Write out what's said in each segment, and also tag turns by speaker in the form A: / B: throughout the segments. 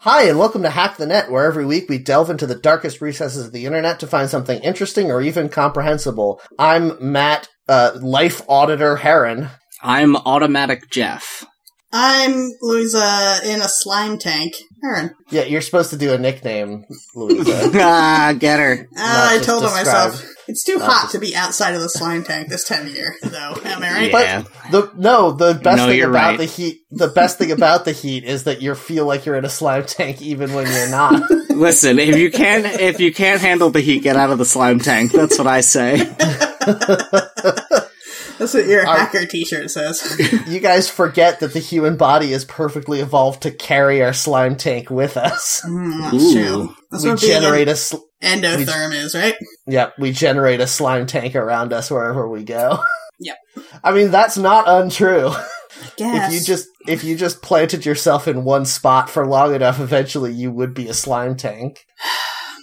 A: Hi, and welcome to Hack the Net, where every week we delve into the darkest recesses of the internet to find something interesting or even comprehensible. I'm Matt, uh, Life Auditor Heron.
B: I'm Automatic Jeff.
C: I'm Louisa in a slime tank. Aaron.
A: Yeah, you're supposed to do a nickname, Louisa.
B: ah, get her.
A: Not
C: Uh, I
A: just
C: told on myself.
A: described.
C: It's too
A: Not
C: hot
A: just-
C: to be outside of the slime tank this time of year, though. Am I right?
B: Yeah.
A: the no, the best
B: No,
A: thing
B: you're
A: about
B: right.
A: the heat, the best thing about the heat is that you feel like you're in a slime tank even when you're not.
B: Listen, if you can't if you can't handle the heat, get out of the slime tank. That's what I say.
C: That's what your
A: Are-
C: hacker T-shirt says.
A: you guys forget that the human body is perfectly evolved to carry our slime tank with us.
C: Mm, that's
B: Ooh.
C: true. That's
A: we
C: what being
A: generate
C: an
A: a sl-
C: endotherm is, right?
A: Yep, we generate a slime tank around us wherever we go.
C: Yep.
A: I mean, that's not untrue.
C: Yes.
A: If you just if you just planted yourself in one spot for long enough, eventually you would be a slime tank.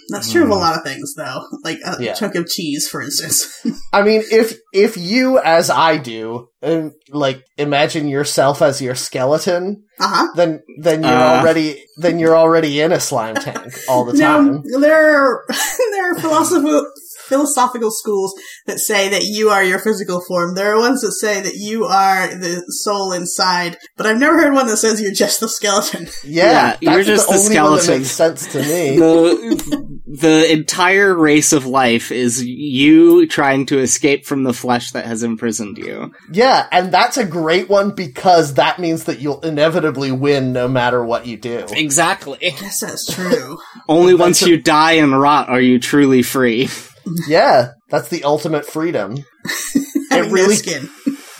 C: that's true of a lot of things, though. Like a
A: Yeah.
C: chunk of cheese, for instance.
A: I mean, if if you as I do, and like imagine yourself as your skeleton,
C: Uh huh.
A: then then you're
B: Uh.
A: already then you're already in a slime tank all the
C: No,
A: time.
C: there are there are philosophical philosophical schools that say that you are your physical form. There are ones that say that you are the soul inside, but I've never heard one that says you're just the skeleton.
A: Yeah,
B: Yeah, you're
A: that's
B: just
A: the
B: the
A: only one that
B: skeleton.
A: makes sense to me.
B: The the entire race of life is you trying to escape from the flesh that has imprisoned you.
A: Yeah, and that's a great one because that means that you'll inevitably win no matter what you do.
B: Exactly.
C: I guess that's true.
B: Only once you die and rot are you truly free.
A: Yeah, that's the ultimate freedom.
C: Having
A: It really-
C: no skin.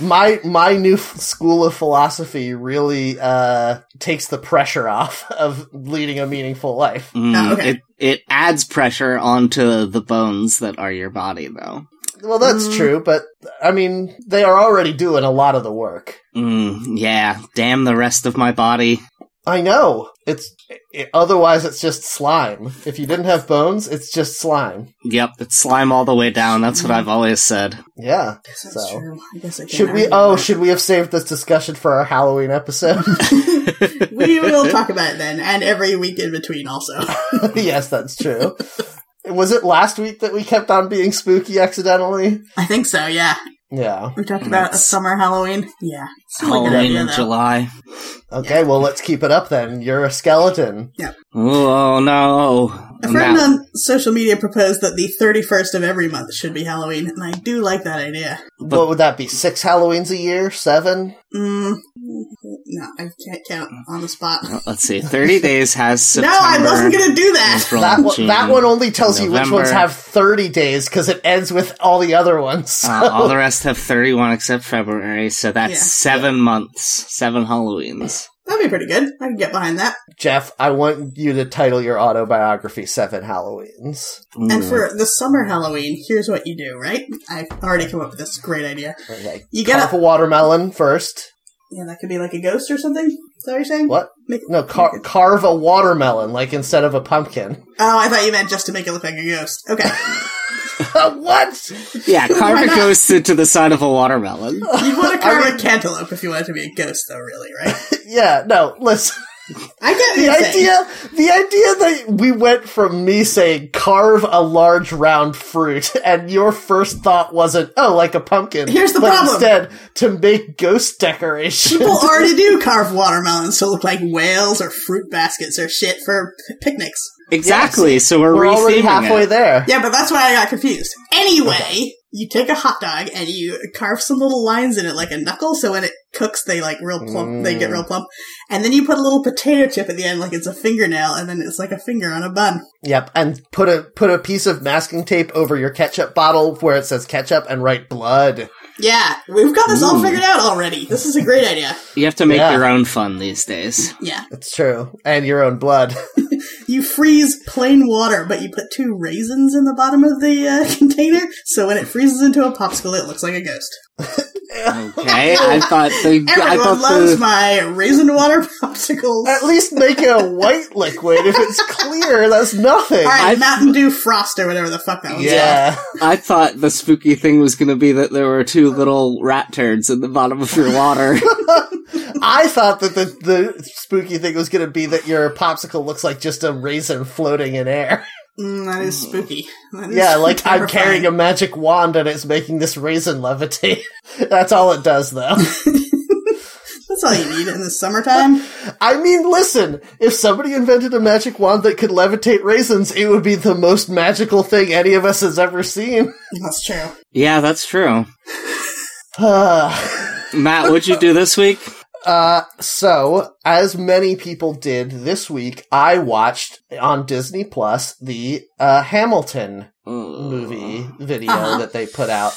A: My my new f- school of philosophy really uh, takes the pressure off of leading a meaningful life.
B: Mm,
C: Oh, okay.
B: It it adds pressure onto the bones that are your body, though.
A: Well, that's
C: Mm.
A: true, but I mean, they are already doing a lot of the work.
B: Mm, yeah. Damn the rest of my body.
A: I know it's it, otherwise it's just slime. If you didn't have bones, it's just slime.
B: Yep, it's slime all the way down. That's what I've always said.
A: Yeah.
C: I guess that's
A: So.
C: true. I guess I can't
A: Should we?
C: argue
A: Oh,
C: with
A: should we have saved this discussion for our Halloween episode?
C: that. we will talk about it then, and every week in between also.
A: yes, that's true. Was it last week that we kept on being spooky accidentally?
C: I think so. Yeah,
A: Yeah.
C: we talked about a
B: That's-
C: summer Halloween. Yeah, Sounds like a good
B: Halloween
C: idea,
B: in
C: though.
B: July.
A: Okay, well, let's keep it up then. You're a skeleton.
B: Oh no!
C: A friend
B: Now-
C: on social media proposed that the 31st of every month should be Halloween, and I do like that idea.
B: But-
A: what would that be? Six Halloweens a year? Seven?
C: Mm, no, I can't count on the spot.
A: Mm-hmm.
B: Uh, let's see. Thirty days has September.
C: no, I wasn't going to do that.
B: April,
A: that, one,
B: June.
A: that one only tells you which
B: November.
A: ones have 30 days because it ends with all the other ones. So-
B: Uh, all the rest have thirty-one except February, so that's
C: Yeah.
B: seven months, seven Halloweens.
C: That'd be pretty good. I can get behind that.
A: Jeff, I want you to title your autobiography Seven Halloweens.
C: And
B: Mm.
C: for the summer Halloween, here's what you do, right? I've already come up with this great idea.
A: Okay.
C: You get
A: Carve
C: up.
A: a watermelon first.
C: Yeah, that could be like a ghost or something. Is that what you're saying?
A: What?
C: Make-
A: No, car- carve a watermelon, like instead of a pumpkin.
C: Oh, I thought you meant just to make it look like a ghost. Okay.
A: what?
B: yeah,
C: Why
B: Carver
C: not?
B: goes to the side of a watermelon.
C: You'd want to
A: I
C: carve
A: mean-
C: a cantaloupe if you want it to be a ghost, though, really, right?
A: Yeah, no, listen.
C: I get what
A: the
C: you're saying.
A: idea the idea that we went from me saying carve a large round fruit and your first thought wasn't oh like a pumpkin
C: Here's the
A: but
C: problem.
A: instead to make ghost decoration
C: People already do carve watermelons to look like whales or fruit baskets or shit for p- picnics.
B: Exactly. So we're,
A: we're
B: retheming
A: already halfway
B: it.
A: there
C: Yeah, but that's why I got confused. Anyway, you take a hot dog and you carve some little lines in it like a knuckle, so when it cooks, they like real plump. They get
B: Mm.
C: real plump, and then you put a little potato chip at the end, like it's a fingernail, and then it's like a finger on a bun.
A: yep and put a put a piece of masking tape over your ketchup bottle where it says ketchup and write blood
C: Yeah, we've got this all
B: Ooh.
C: figured out already. This is a great idea.
B: You have to make
A: Yeah.
B: your own fun these days.
C: Yeah,
A: it's true and your own blood
C: you freeze plain water, but you put two raisins in the bottom of the uh, container, so when it freezes into a popsicle, it looks like a ghost.
B: Okay, I thought the I
C: Everyone
B: thought
C: loves
B: the
C: my raisin water popsicles.
A: at least make it a white liquid if it's clear that's nothing
C: All right,
B: I've-
C: Mountain Dew Frost or whatever the fuck that was.
A: yeah
B: I thought the spooky thing was going to be that there were two little rat turds in the bottom of your water.
A: I thought that the, the spooky thing was going to be that your popsicle looks like just a raisin floating in air.
C: Mm, that is spooky. That is
A: yeah, like I'm
C: terrifying.
A: carrying a magic wand and it's making this raisin levitate. That's all it does, though.
C: That's all you need in the summertime.
A: I mean, listen, if somebody invented a magic wand that could levitate raisins, it would be the most magical thing any of us has ever seen.
C: That's true.
B: Yeah, that's true.
A: Ah.
B: Matt, what'd you do this week?
A: Uh, so as many people did this week, I watched on Disney Plus the uh, Hamilton movie video
C: Uh-huh.
A: that they put out.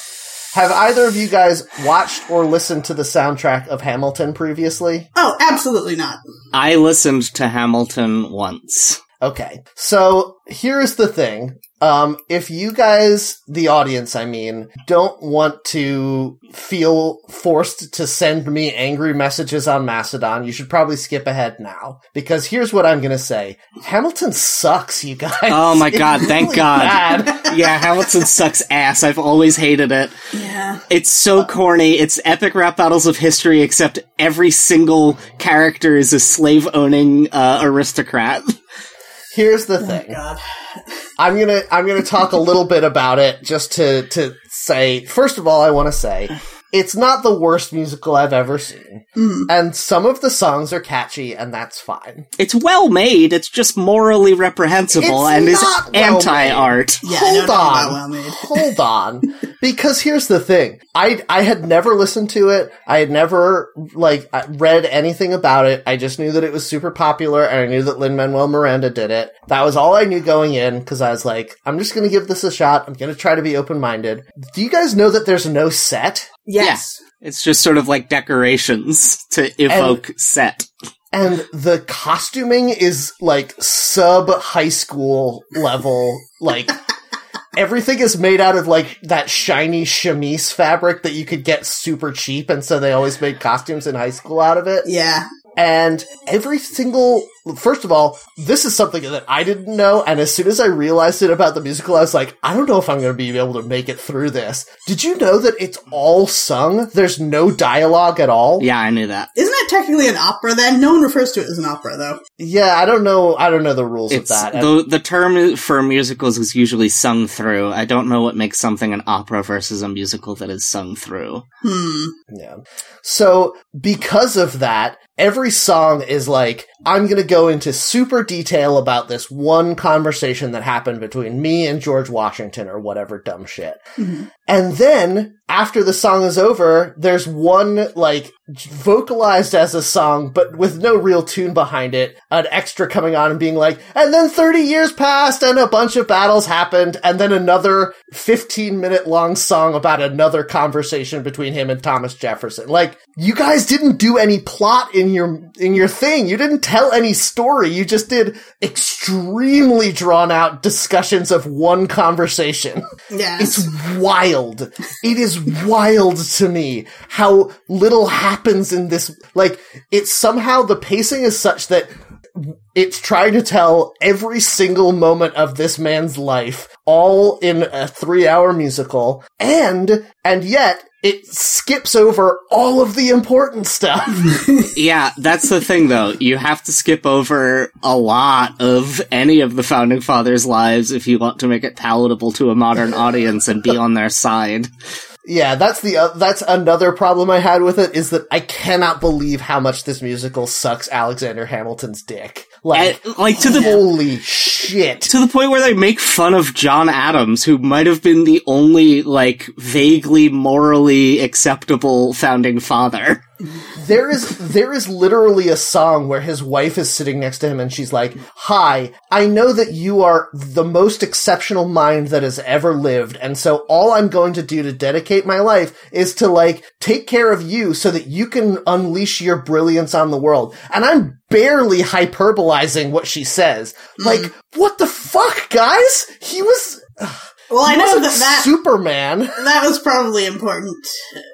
A: Have either of you guys watched or listened to the soundtrack of Hamilton previously?
C: Oh, absolutely not.
B: I listened to Hamilton once.
A: Okay. So here's the thing. Um, if you guys, the audience, I mean, don't want to feel forced to send me angry messages on Macedon, you should probably skip ahead now. Because here's what I'm gonna say. Hamilton sucks, you guys.
B: Oh my
A: It's
B: God, thank
A: really
B: God.
A: bad.
B: Yeah, Hamilton sucks ass. I've always hated it.
C: Yeah.
B: It's
A: Uh,
B: so corny. It's epic rap battles of history, except every single character is a slave owning uh, aristocrat.
A: Here's
B: Oh
A: the thing.
C: God.
A: I'm gonna I'm gonna talk a little bit about it just to to say first of all I want to say it's not the worst musical I've ever seen and some of the songs are catchy and that's fine.
B: It's well made. It's just morally reprehensible
A: It's
B: and is
A: not well
B: anti art.
C: Yeah, I
A: Hold
C: know nothing about
A: on,
C: well made.
A: hold on, because here's the thing I I had never listened to it. I had never like I- read anything about it. I just knew that it was super popular and I knew that Lin Manuel Miranda did it. That was all I knew going in because I was like, I'm just gonna give this a shot. I'm gonna try to be open minded. Do you guys know that there's no set?
C: Yes.
B: It's just sort of like decorations to evoke set.
A: and the costuming is like sub high school level like everything is made out of like that shiny chemise fabric that you could get super cheap and so they always made costumes in high school out of it
C: Yeah.
A: and every single first of all this is something that i didn't know and as soon as i realized it about the musical i was like i don't know if i'm going to be able to make it through this did you know that it's all sung there's no dialogue at all
B: Yeah, I knew that.
C: Isn't that technically an opera then? No one refers to it as an opera though.
A: yeah i don't know i don't know the rules
B: It's
A: of that
B: the the term for musicals is usually sung through. I don't know what makes something an opera versus a musical that is sung through.
C: Hmm.
A: Yeah. So because of that, every song is like, I'm going to go into super detail about this one conversation that happened between me and George Washington or whatever dumb shit.
C: Mhm.
A: And then after the song is over, there's one like vocalized as a song, but with no real tune behind it, an extra coming on and being like, and then 30 years passed and a bunch of battles happened. And then another 15 minute long song about another conversation between him and Thomas Jefferson. Like you guys didn't do any plot in your, in your thing. You didn't tell any story. You just did extremely drawn out discussions of one conversation.
C: Yeah.
A: It's wild. It is wild to me how little happens in this. Like, it's somehow the pacing is such that it's trying to tell every single moment of this man's life all in a three hour musical. And, and yet it skips over all of the important stuff.
B: Yeah, that's the thing though. You have to skip over a lot of any of the founding fathers' lives if you want to make it palatable to a modern audience and be on their side.
A: Yeah, that's the uh, that's another problem I had with it is that I cannot believe how much this musical sucks Alexander Hamilton's dick. Like,
B: And, like, to the-
A: holy shit.
B: To the point where they make fun of John Adams, who might have been the only, like, vaguely morally acceptable founding father.
A: There is there is literally a song where his wife is sitting next to him and she's like, "Hi, I know that you are the most exceptional mind that has ever lived, and so all I'm going to do to dedicate my life is to like take care of you so that you can unleash your brilliance on the world." And I'm barely hyperbolizing what she says. Like,
C: Mm-hmm.
A: what the fuck, guys? He was
C: well, I
A: he
C: know
A: wasn't
C: that that
A: Superman.
C: that was probably important,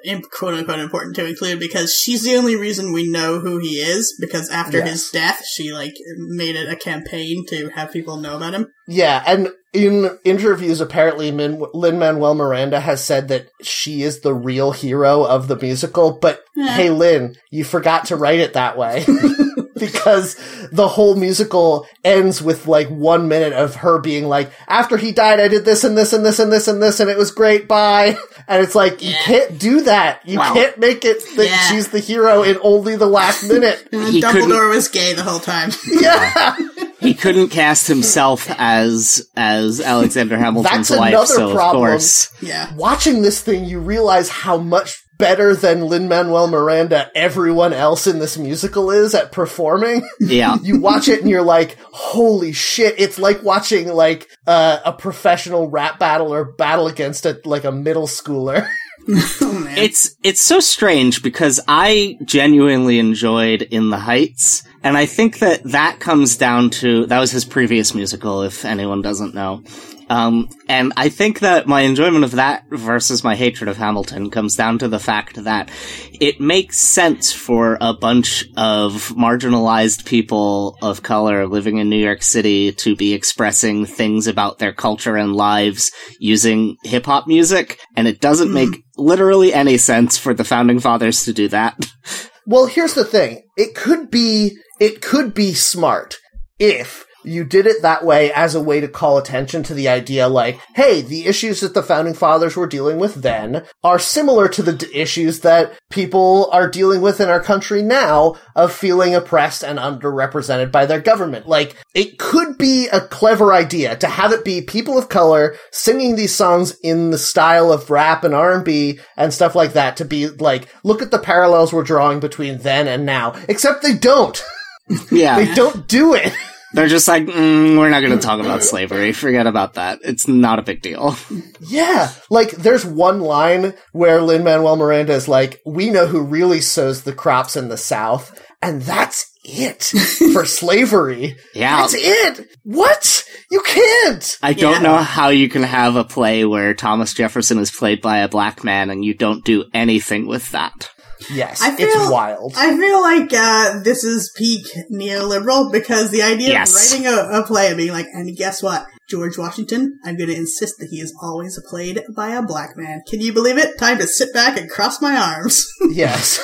C: im- quote unquote, important to include because she's the only reason we know who he is. Because after his death, she like made it a campaign to have people know about him.
A: Yeah, and in interviews, apparently Min- Lin Manuel Miranda has said that she is the real hero of the musical, but hey Lynn, you forgot to write it that way. because the whole musical ends with like one minute of her being like, after he died, I did this and this and this and this and this and it was great. Bye. And it's like, you
C: Yeah.
A: can't do that. You
B: Wow.
A: can't make it that
C: Yeah.
A: she's the hero in only the last minute.
C: And then
B: He
C: Dumbledore
B: couldn't-
C: was gay the whole time.
A: yeah.
B: He couldn't cast himself as as Alexander Hamilton's
A: That's
B: wife,
A: another
B: so of
A: problem.
B: course.
C: yeah.
A: Watching this thing, you realize how much better than Lin Manuel Miranda everyone else in this musical is at performing.
B: Yeah.
A: you watch it and you're like, holy shit, it's like watching like uh, a professional rap battle or battle against a like a middle schooler.
C: Oh man.
B: It's it's so strange because I genuinely enjoyed In the Heights, and I think that that comes down to that was his previous musical, if anyone doesn't know. Um, and I think that my enjoyment of that versus my hatred of Hamilton comes down to the fact that it makes sense for a bunch of marginalized people of color living in New York City to be expressing things about their culture and lives using hip hop music, and it doesn't make literally any sense for the founding fathers to do that.
A: well, here's the thing. It could be it could be smart if you did it that way as a way to call attention to the idea like, hey, the issues that the founding fathers were dealing with then are similar to the d- issues that people are dealing with in our country now of feeling oppressed and underrepresented by their government. Like, it could be a clever idea to have it be people of color singing these songs in the style of rap and R&B and stuff like that to be like, look at the parallels we're drawing between then and now. Except they don't.
B: yeah.
A: They don't do it.
B: They're just like, mm, we're not going to talk about slavery. Forget about that. It's not a big deal.
A: Yeah, like there's one line where Lin Manuel Miranda is like, "We know who really sows the crops in the South, and that's it for slavery.
B: Yeah.
A: That's it. What? You can't."
B: I don't
C: Yeah.
B: know how you can have a play where Thomas Jefferson is played by a black man and you don't do anything with that.
A: Yes,
C: I feel-
A: it's wild.
C: I feel like uh, this is peak neoliberal because the idea
B: Yes.
C: of writing a, a play and being like, and guess what? George Washington, I'm going to insist that he is always played by a black man. Can you believe it? Time to sit back and cross my arms.
A: yes.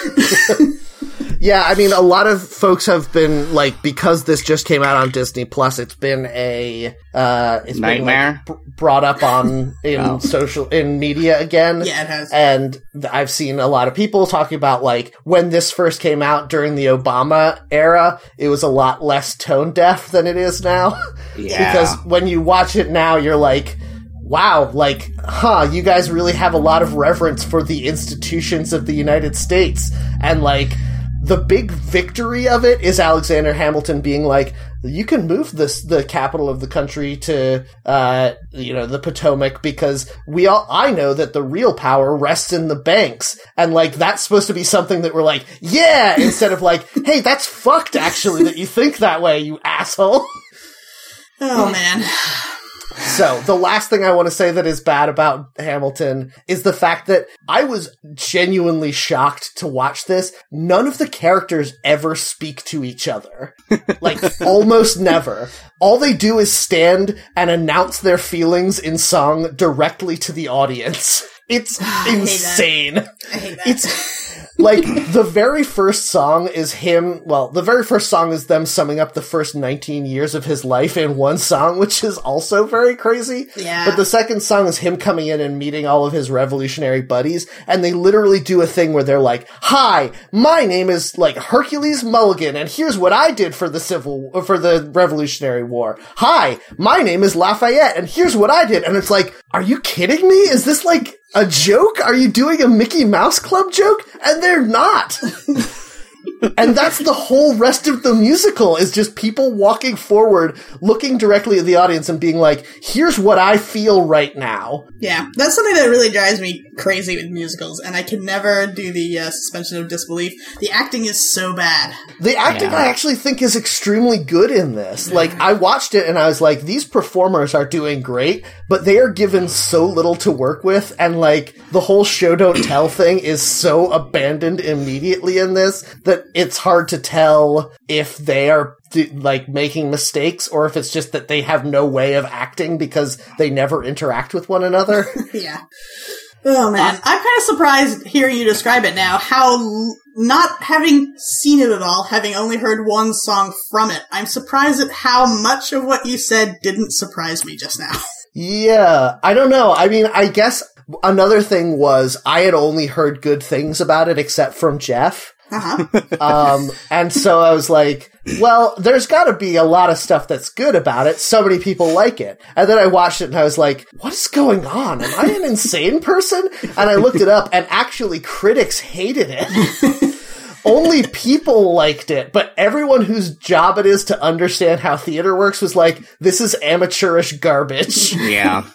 A: yeah, I mean, a lot of folks have been like, because this just came out on Disney Plus, it's been a uh, it's
B: Nightmare?
A: been like, br- brought up on in
B: Oh.
A: social in media again.
C: yeah, it has.
A: And th- I've seen a lot of people talking about like when this first came out during the Obama era, it was a lot less tone deaf than it is now.
B: Yeah.
A: because when you watch it now, you're like, wow, like, huh, you guys really have a lot of reverence for the institutions of the United States. And like, the big victory of it is Alexander Hamilton being like, you can move this the capital of the country to uh you know the Potomac because we all I know that the real power rests in the banks and like that's supposed to be something that we're like yeah instead of like hey that's fucked actually that you think that way you asshole
C: oh man.
A: so the last thing I want to say that is bad about Hamilton is the fact that I was genuinely shocked to watch this. None of the characters ever speak to each other. Like almost never. All they do is stand and announce their feelings in song directly to the audience. It's
C: hate that.
A: insane
C: I hate that.
A: it's like the very first song is him well the very first song is them summing up the first 19 years of his life in one song which is also very crazy
C: Yeah.
A: but the second song is him coming in and meeting all of his revolutionary buddies and they literally do a thing where they're like hi my name is like hercules mulligan and here's what i did for the civil for the revolutionary war hi my name is lafayette and here's what i did and it's like are you kidding me is this like a joke? Are you doing a Mickey Mouse Club joke? And they're not. and that's the whole rest of the musical is just people walking forward, looking directly at the audience and being like, here's what I feel right now.
C: yeah, that's something that really drives me crazy with musicals, and I can never do the uh, suspension of disbelief. The acting is so bad.
A: The acting
B: Yeah.
A: I actually think is extremely good in this. Like I watched it and I was like, these performers are doing great, but they are given so little to work with, and like the whole show don't tell thing is so abandoned immediately in this that it's hard to tell if they are d- like making mistakes or if it's just that they have no way of acting because they never interact with one another.
C: Yeah. Oh man, I'm kind of surprised hearing you describe it now. How l- not having seen it at all, having only heard one song from it, I'm surprised at how much of what you said didn't surprise me just now.
A: Yeah, I don't know. I mean, I guess another thing was I had only heard good things about it except from Jeff.
C: Uh-huh.
A: Um, and so I was like, well, there's got to be a lot of stuff that's good about it. So many people like it. And then I watched it and I was like, what is going on? Am I an insane person? And I looked it up and actually critics hated it. Only people liked it, but everyone whose job it is to understand how theater works was like, this is amateurish garbage.
B: Yeah.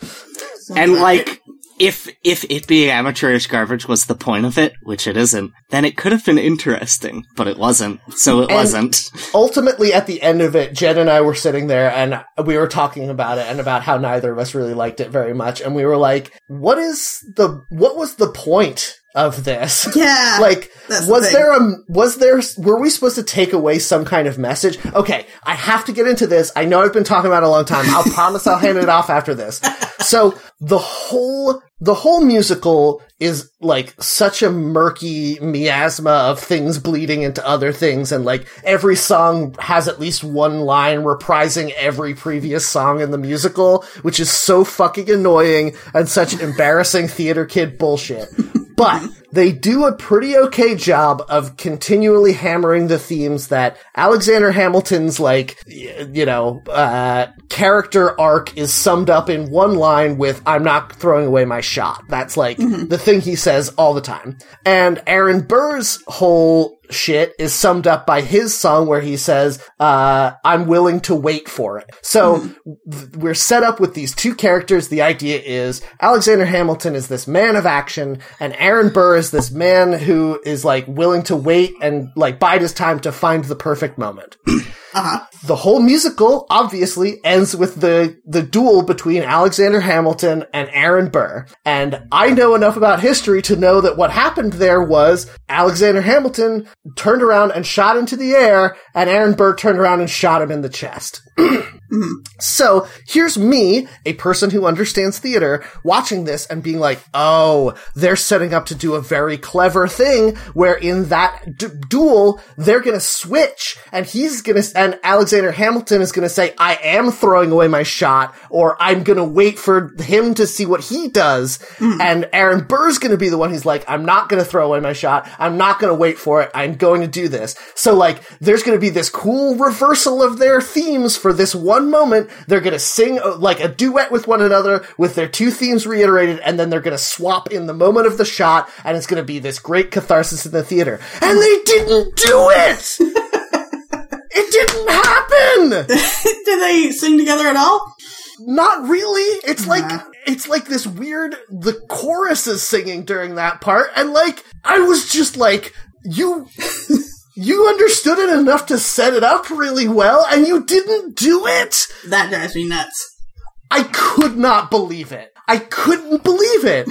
B: and like if if it being amateurish garbage was the point of it, which it isn't, then it could have been interesting, but it wasn't. So it wasn't.
A: ultimately at the end of it jen and i were sitting there and we were talking about it and about how neither of us really liked it very much and we were like what is the what was the point of this
C: yeah.
A: like
C: that's the
A: was
C: thing.
A: there a was there were we supposed to take away some kind of message okay i have to get into this i know i've been talking about it a long time i'll promise i'll hand it off after this so the whole the whole musical is like such a murky miasma of things bleeding into other things and like every song has at least one line reprising every previous song in the musical which is so fucking annoying and such embarrassing theater kid bullshit but they do a pretty okay job of continually hammering the themes that Alexander Hamilton's like y- you know uh character arc is summed up in one line with I'm not throwing away my shot. That's like the thing he says all the time. And Aaron Burr's whole shit is summed up by his song where he says, uh, I'm willing to wait for it. So th- we're set up with these two characters. The idea is Alexander Hamilton is this man of action and Aaron Burr is this man who is like willing to wait and like bide his time to find the perfect moment
C: uh-huh.
A: the whole musical obviously ends with the the duel between Alexander Hamilton and Aaron Burr. And I know enough about history to know that what happened there was Alexander Hamilton turned around and shot into the air and Aaron Burr turned around and shot him in the chest. So here's me, a person who understands theater, watching this and being like, oh, they're setting up to do a very clever thing where in that d- duel, they're going to switch and he's going to, and Alexander Hamilton is going to say, I am throwing away my shot or I'm going to wait for him to see what he does. And Aaron Burr's going to be the one who's like, I'm not going to throw away my shot. I'm not going to wait for it. I'm going to do this. So like, there's going to be this cool reversal of their themes for this one moment. They're going to sing uh, like a duet with one another with their two themes reiterated, and then they're going to swap in the moment of the shot, and it's going to be this great catharsis in the theater. And they didn't do it. it didn't happen
C: Did they sing together at all?
A: not really. It's
C: Nah.
A: like it's like this weird the chorus is singing during that part and like I was just like you you understood it enough to set it up really well and you didn't do it.
C: That drives me nuts.
A: I could not believe it. I couldn't believe it.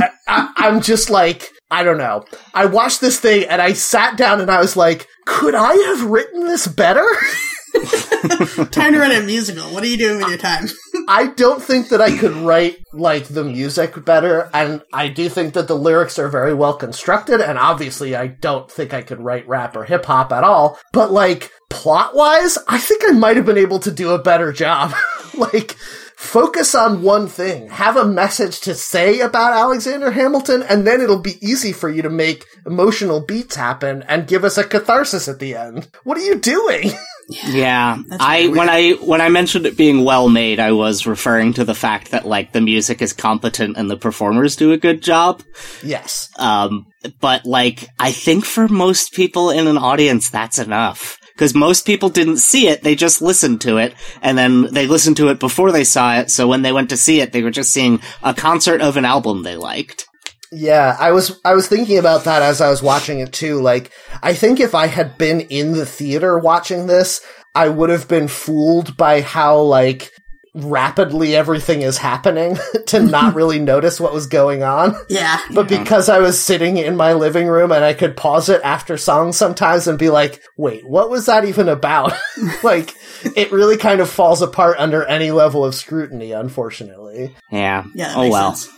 A: I, I, I'm just like, I don't know. I watched this thing and I sat down and I was like, could I have written this better?
C: Time to write a musical. What are you doing with your time?
A: I don't think that I could write like the music better, and I do think that the lyrics are very well constructed, and obviously I don't think I could write rap or hip hop at all, but like plot wise, I think I might have been able to do a better job. like focus on one thing, have a message to say about Alexander Hamilton, and then it'll be easy for you to make emotional beats happen and give us a catharsis at the end. What are you doing?
B: Yeah, I when I when I mentioned it being well made, I was referring to the fact that like the music is competent and the performers do a good job.
A: yes.
B: Um, but like I think for most people in an audience, that's enough because most people didn't see it; they just listened to it, and then they listened to it before they saw it. So when they went to see it, they were just seeing a concert of an album they liked.
A: Yeah, I was I was thinking about that as I was watching it too. Like, I think if I had been in the theater watching this, I would have been fooled by how like rapidly everything is happening to not really notice what was going on.
C: Yeah.
A: But because I was sitting in my living room and I could pause it after songs sometimes and be like, wait, what was that even about? like, it really kind of falls apart under any level of scrutiny, unfortunately.
B: Yeah.
C: Yeah. That
B: oh
C: makes
B: well.
C: Sense.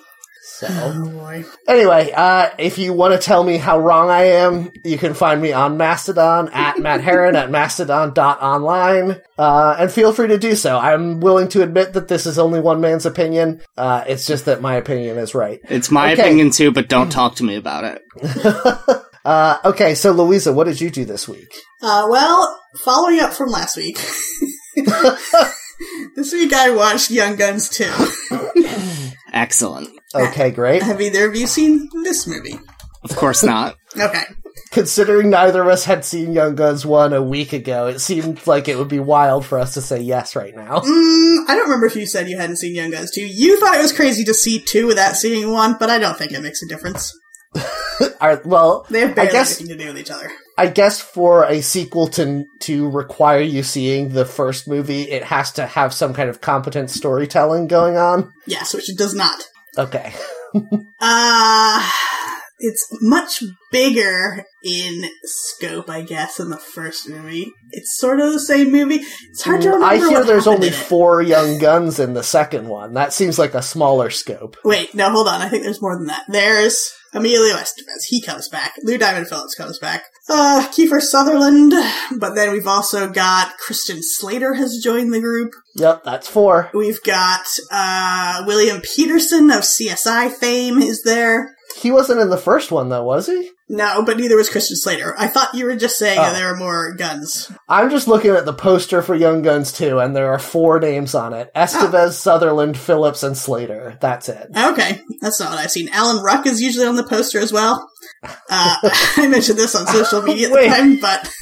A: So,
C: Oh boy.
A: anyway, uh, if you want to tell me how wrong I am, you can find me on Mastodon at Matt Heron at mastodon.online. Uh, and feel free to do so. I'm willing to admit that this is only one man's opinion. Uh, it's just that my opinion is right.
B: It's my
A: Okay.
B: opinion too, but
C: Mm.
B: don't talk to me about it.
A: Uh, okay, so Louisa, what did you do this week?
C: Uh, well, following up from last week, this week I watched Young Guns 2.
B: Excellent.
A: Okay, great.
C: Have either of you seen this movie?
B: Of course not.
C: Okay.
A: Considering neither of us had seen Young Guns 1 a week ago, it seemed like it would be wild for us to say yes right now.
C: Mm, I don't remember if you said you hadn't seen Young Guns 2. You thought it was crazy to see two without seeing one, but I don't think it makes a difference.
A: Are, well,
C: They have
A: I
C: barely
A: guess
C: anything to do with each other.
A: I guess for a sequel to to require you seeing the first movie, it has to have some kind of competent storytelling going on.
C: Yes, which it does not.
A: Okay.
C: Uh, it's much bigger in scope, I guess, than the first movie. It's sort of the same movie. It's hard to remember.
A: Mm, I hear
C: what
A: there's
C: happened
A: only
C: in it.
A: four young guns in the second one. That seems like a smaller scope.
C: Wait, no, hold on. I think there's more than that. There's Emilio Estevez. He comes back. Lou Diamond Phillips comes back. Uh, Kiefer Sutherland. But then we've also got Kristen Slater has joined the group.
A: Yep, that's four.
C: We've got uh, William Peterson of CSI fame is there.
A: He wasn't in the first one though, was he?
C: No, but neither was Christian Slater. I thought you were just saying
A: Oh.
C: that there are more guns.
A: I'm just looking at the poster for Young Guns 2, and there are four names on it Estevez,
C: Ah.
A: Sutherland, Phillips, and Slater. That's it.
C: Okay, that's not what I've seen. Alan Ruck is usually on the poster as well. Uh, I mentioned this on social media at the
A: Wait.
C: time, but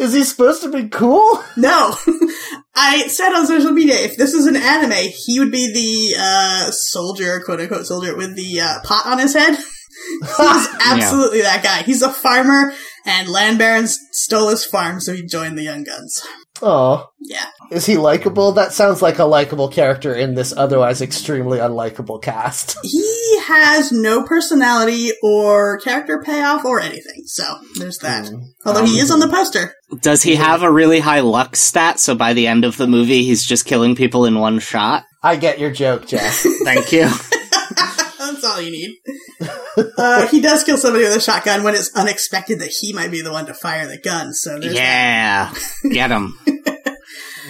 A: Is he supposed to be cool?
C: no. I said on social media if this is an anime, he would be the uh, soldier, quote unquote soldier, with the uh, pot on his head. He's absolutely that guy. He's a farmer, and land barons stole his farm, so he joined the Young Guns.
A: Oh.
C: Yeah.
A: Is he likable? That sounds like a likable character in this otherwise extremely unlikable cast.
C: He has no personality or character payoff or anything, so there's that. Although he is on the poster.
B: Does he have a really high luck stat? So by the end of the movie, he's just killing people in one shot.
A: I get your joke, Jeff.
B: Thank you.
C: That's all you need. uh, he does kill somebody with a shotgun when it's unexpected that he might be the one to fire the gun. So there's
B: yeah, get him.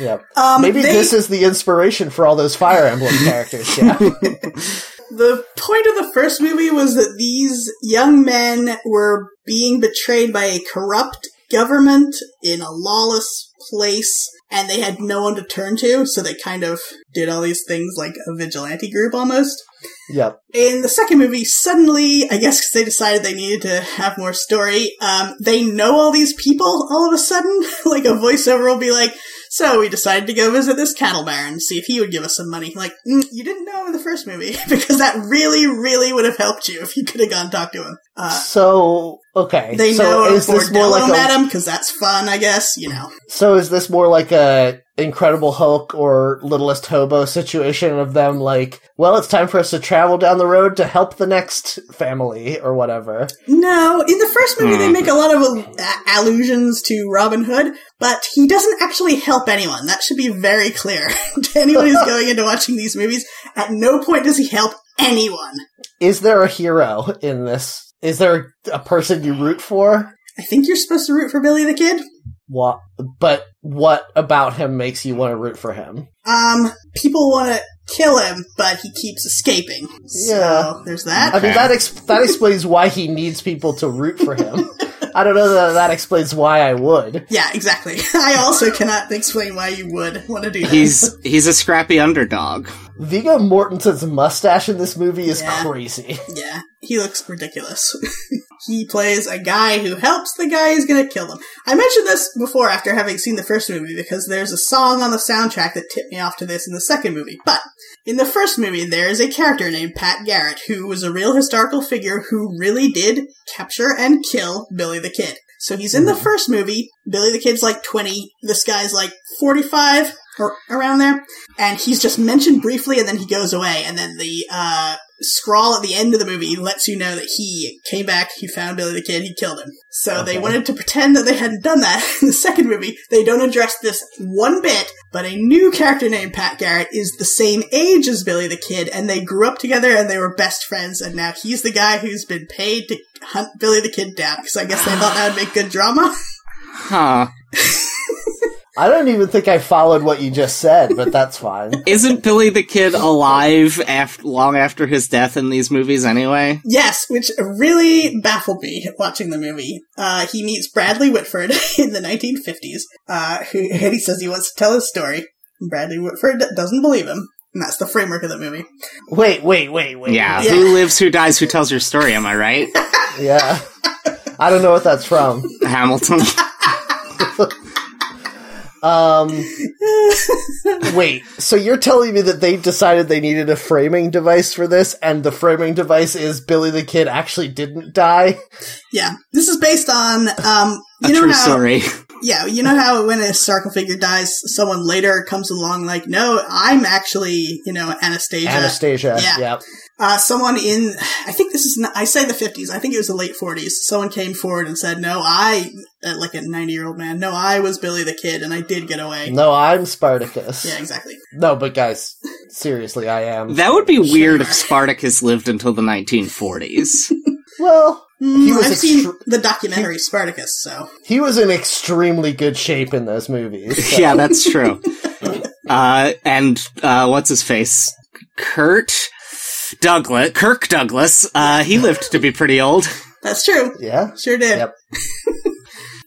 A: yep.
C: that. Um,
A: Maybe
C: they-
A: this is the inspiration for all those Fire Emblem characters, Jeff.
C: the point of the first movie was that these young men were being betrayed by a corrupt government in a lawless place and they had no one to turn to so they kind of did all these things like a vigilante group almost
A: yep.
C: in the second movie, suddenly, I guess 'cause they decided they needed to have more story, um, they know all these people all of a sudden. like a voiceover will be like, so we decided to go visit this cattle baron, see if he would give us some money. Like, mm, you didn't know him in the first movie, because that really, really would have helped you if you could have gone talk to him. Uh,
A: So, okay.
C: they
A: so
C: know
A: is this more
C: Bordello
A: like a
C: met him, because that's fun, I guess, you know.
A: So is this more like a Incredible Hulk or Littlest Hobo situation of them like, well, it's time for us to travel down the road to help the next family or whatever?
C: No, in the first movie they
B: Hmm.
C: make a lot of uh, allusions to Robin Hood, but he doesn't actually help anyone. That should be very clear to anyone who's going into watching these movies. At no point does he help anyone.
A: Is there a hero in this? Is there a person you root for?
C: I think you're supposed to root for Billy the Kid.
A: What? But what about him makes you want to root for him?
C: Um, people want to kill him, but he keeps escaping. So
A: Yeah.
C: there's that.
A: I mean,
B: Okay.
A: that ex- that explains why he needs people to root for him. I don't know that that explains why I would.
C: yeah, exactly. I also cannot explain why you would want to do that.
B: He's he's a scrappy underdog.
A: Vigo Mortensen's mustache in this movie is
C: Yeah.
A: crazy.
C: Yeah, he looks ridiculous. he plays a guy who helps the guy who's gonna kill them. I mentioned this before after having seen the first movie because there's a song on the soundtrack that tipped me off to this in the second movie. But in the first movie, there is a character named Pat Garrett who was a real historical figure who really did capture and kill Billy the Kid. So he's in the first movie. Billy the Kid's like 20. This guy's like 45 or around there. And he's just mentioned briefly and then he goes away. And then the, uh, scrawl at the end of the movie lets you know that he came back, he found Billy the Kid, he killed him. So they
A: Okay.
C: wanted to pretend that they hadn't done that in the second movie. They don't address this one bit, but a new character named Pat Garrett is the same age as Billy the Kid, and they grew up together and they were best friends, and now he's the guy who's been paid to hunt Billy the Kid down, because I guess they thought that would make good drama.
B: Huh.
A: I don't even think I followed what you just said, but that's fine.
B: Isn't Billy the Kid alive af- long after his death in these movies anyway?
C: Yes, which really baffled me watching the movie. Uh, he meets Bradley Whitford in the 1950s, uh, who, and he says he wants to tell his story. Bradley Whitford doesn't believe him, and that's the framework of the movie.
A: Wait, wait, wait, wait.
B: Yeah.
C: Yeah.
B: Who lives, who dies, who tells your story, am I right?
A: Yeah. I don't know what that's from.
B: Hamilton.
A: Um, wait, so you're telling me that they decided they needed a framing device for this, and the framing device is Billy the Kid actually didn't die?
C: Yeah, this is based on um, you
B: a
C: know
B: true
C: how
B: story.
C: yeah you know how when a circle figure dies, someone later comes along like, no, I'm actually you know Anastasia.
A: Anastasia.
C: Yeah.
A: Yeah.
C: uh, someone in I think this is not, I say the 50s. I think it was the late 40s. Someone came forward and said, "No, I uh, like a 90 year old man. No, I was Billy the Kid, and I did get away."
A: No, I'm Spartacus.
C: Yeah, exactly.
A: No, but guys, seriously, I am.
B: That would be weird if Spartacus lived until the 1940s.
A: Well,
C: Mm,
A: was
C: I've seen
A: extr-
C: the documentary Spartacus, so
A: he was in extremely good shape in those movies. so-
B: yeah, that's true. Uh, and uh, what's his face? Kurt Douglas. Kirk Douglas. Uh, he lived to be pretty old.
C: that's true.
A: Yeah.
C: Sure did.
A: Yep.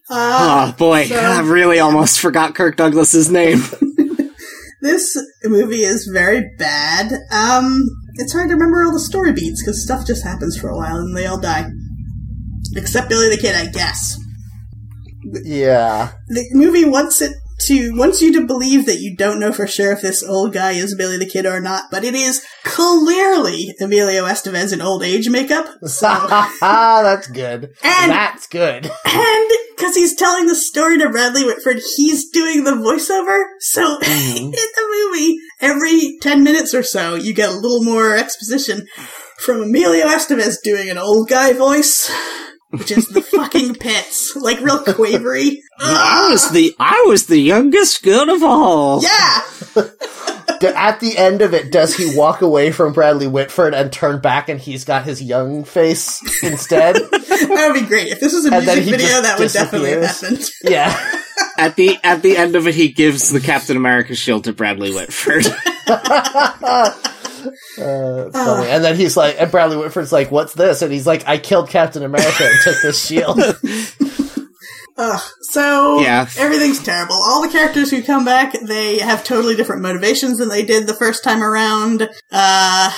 C: Uh,
B: Oh boy,
C: so-
B: I really almost forgot Kirk Douglas's name.
C: This movie is very bad. Um, it's hard to remember all the story beats because stuff just happens for a while and they all die, except Billy the Kid, I guess.
A: Yeah.
C: the movie wants it to wants you to believe that you don't know for sure if this old guy is Billy the Kid or not, but it is clearly Emilio Estevez in old age makeup. So
A: that's good.
C: And-
A: that's good.
C: and because he's telling the story to Bradley Whitford, he's doing the voiceover. So in the movie, every ten minutes or so, you get a little more exposition from Emilio Estevez doing an old guy voice. Which is the fucking pits. Like real quavery.
A: Uh,
B: I
C: Ugh.
B: was the I was the youngest good of all.
C: Yeah.
A: D- At the end of it, does he walk away from Bradley Whitford and turn back and he's got his young face instead?
C: That would be great. If this was a
A: And then
C: music
A: he
C: video,
A: just
C: that would definitely have happened.
A: disappears. yeah.
B: At the at the end of it, he gives the Captain America shield to Bradley Whitford.
A: Uh, funny. And then he's like, and Bradley Whitford's like, what's this? And he's like, I killed Captain America and took this shield.
C: Ugh. So
B: Yeah.
C: everything's terrible. All the characters who come back, they have totally different motivations than they did the first time around. Uh,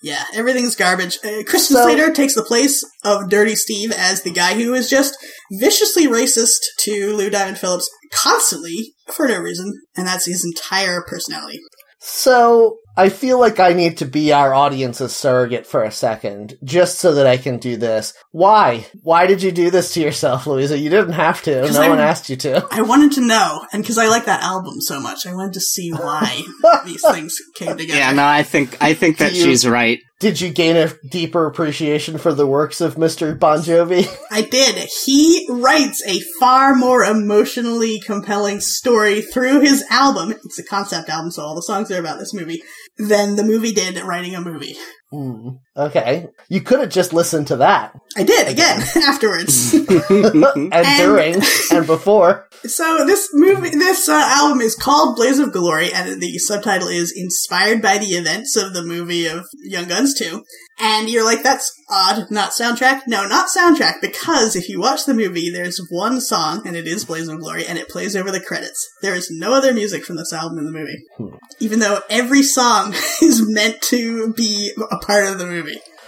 C: yeah, everything's garbage. Uh, Christian
A: So-
C: Slater takes the place of Dirty Steve as the guy who is just viciously racist to Lou Diamond Phillips constantly for no reason, and that's his entire personality.
A: so I feel like I need to be our audience's surrogate for a second, just so that I can do this. Why? Why did you do this to yourself, Louisa? You didn't have to.
C: 'Cause
A: No
C: I-
A: one asked you to.
C: I wanted to know, and because I like that album so much, I wanted to see why these things came together.
B: yeah, no, I think I think that
A: You-
B: she's right.
A: Did you gain a deeper appreciation for the works of Mr. Bon Jovi?
C: I did. He writes a far more emotionally compelling story through his album. It's a concept album, so all the songs are about this movie. Than the movie did writing a movie.
A: Hmm. okay. You could have just listened to that.
C: I did again afterwards.
A: and, during and before.
C: so this movie, this uh, album is called Blaze of Glory, and the subtitle is inspired by the events of the movie of Young Guns 2. And you're like, that's odd. Not soundtrack? No, not soundtrack, because if you watch the movie, there's one song, and it is Blaze of Glory, and it plays over the credits. There is no other music from this album in the movie. Even though every song is meant to be a part of the movie.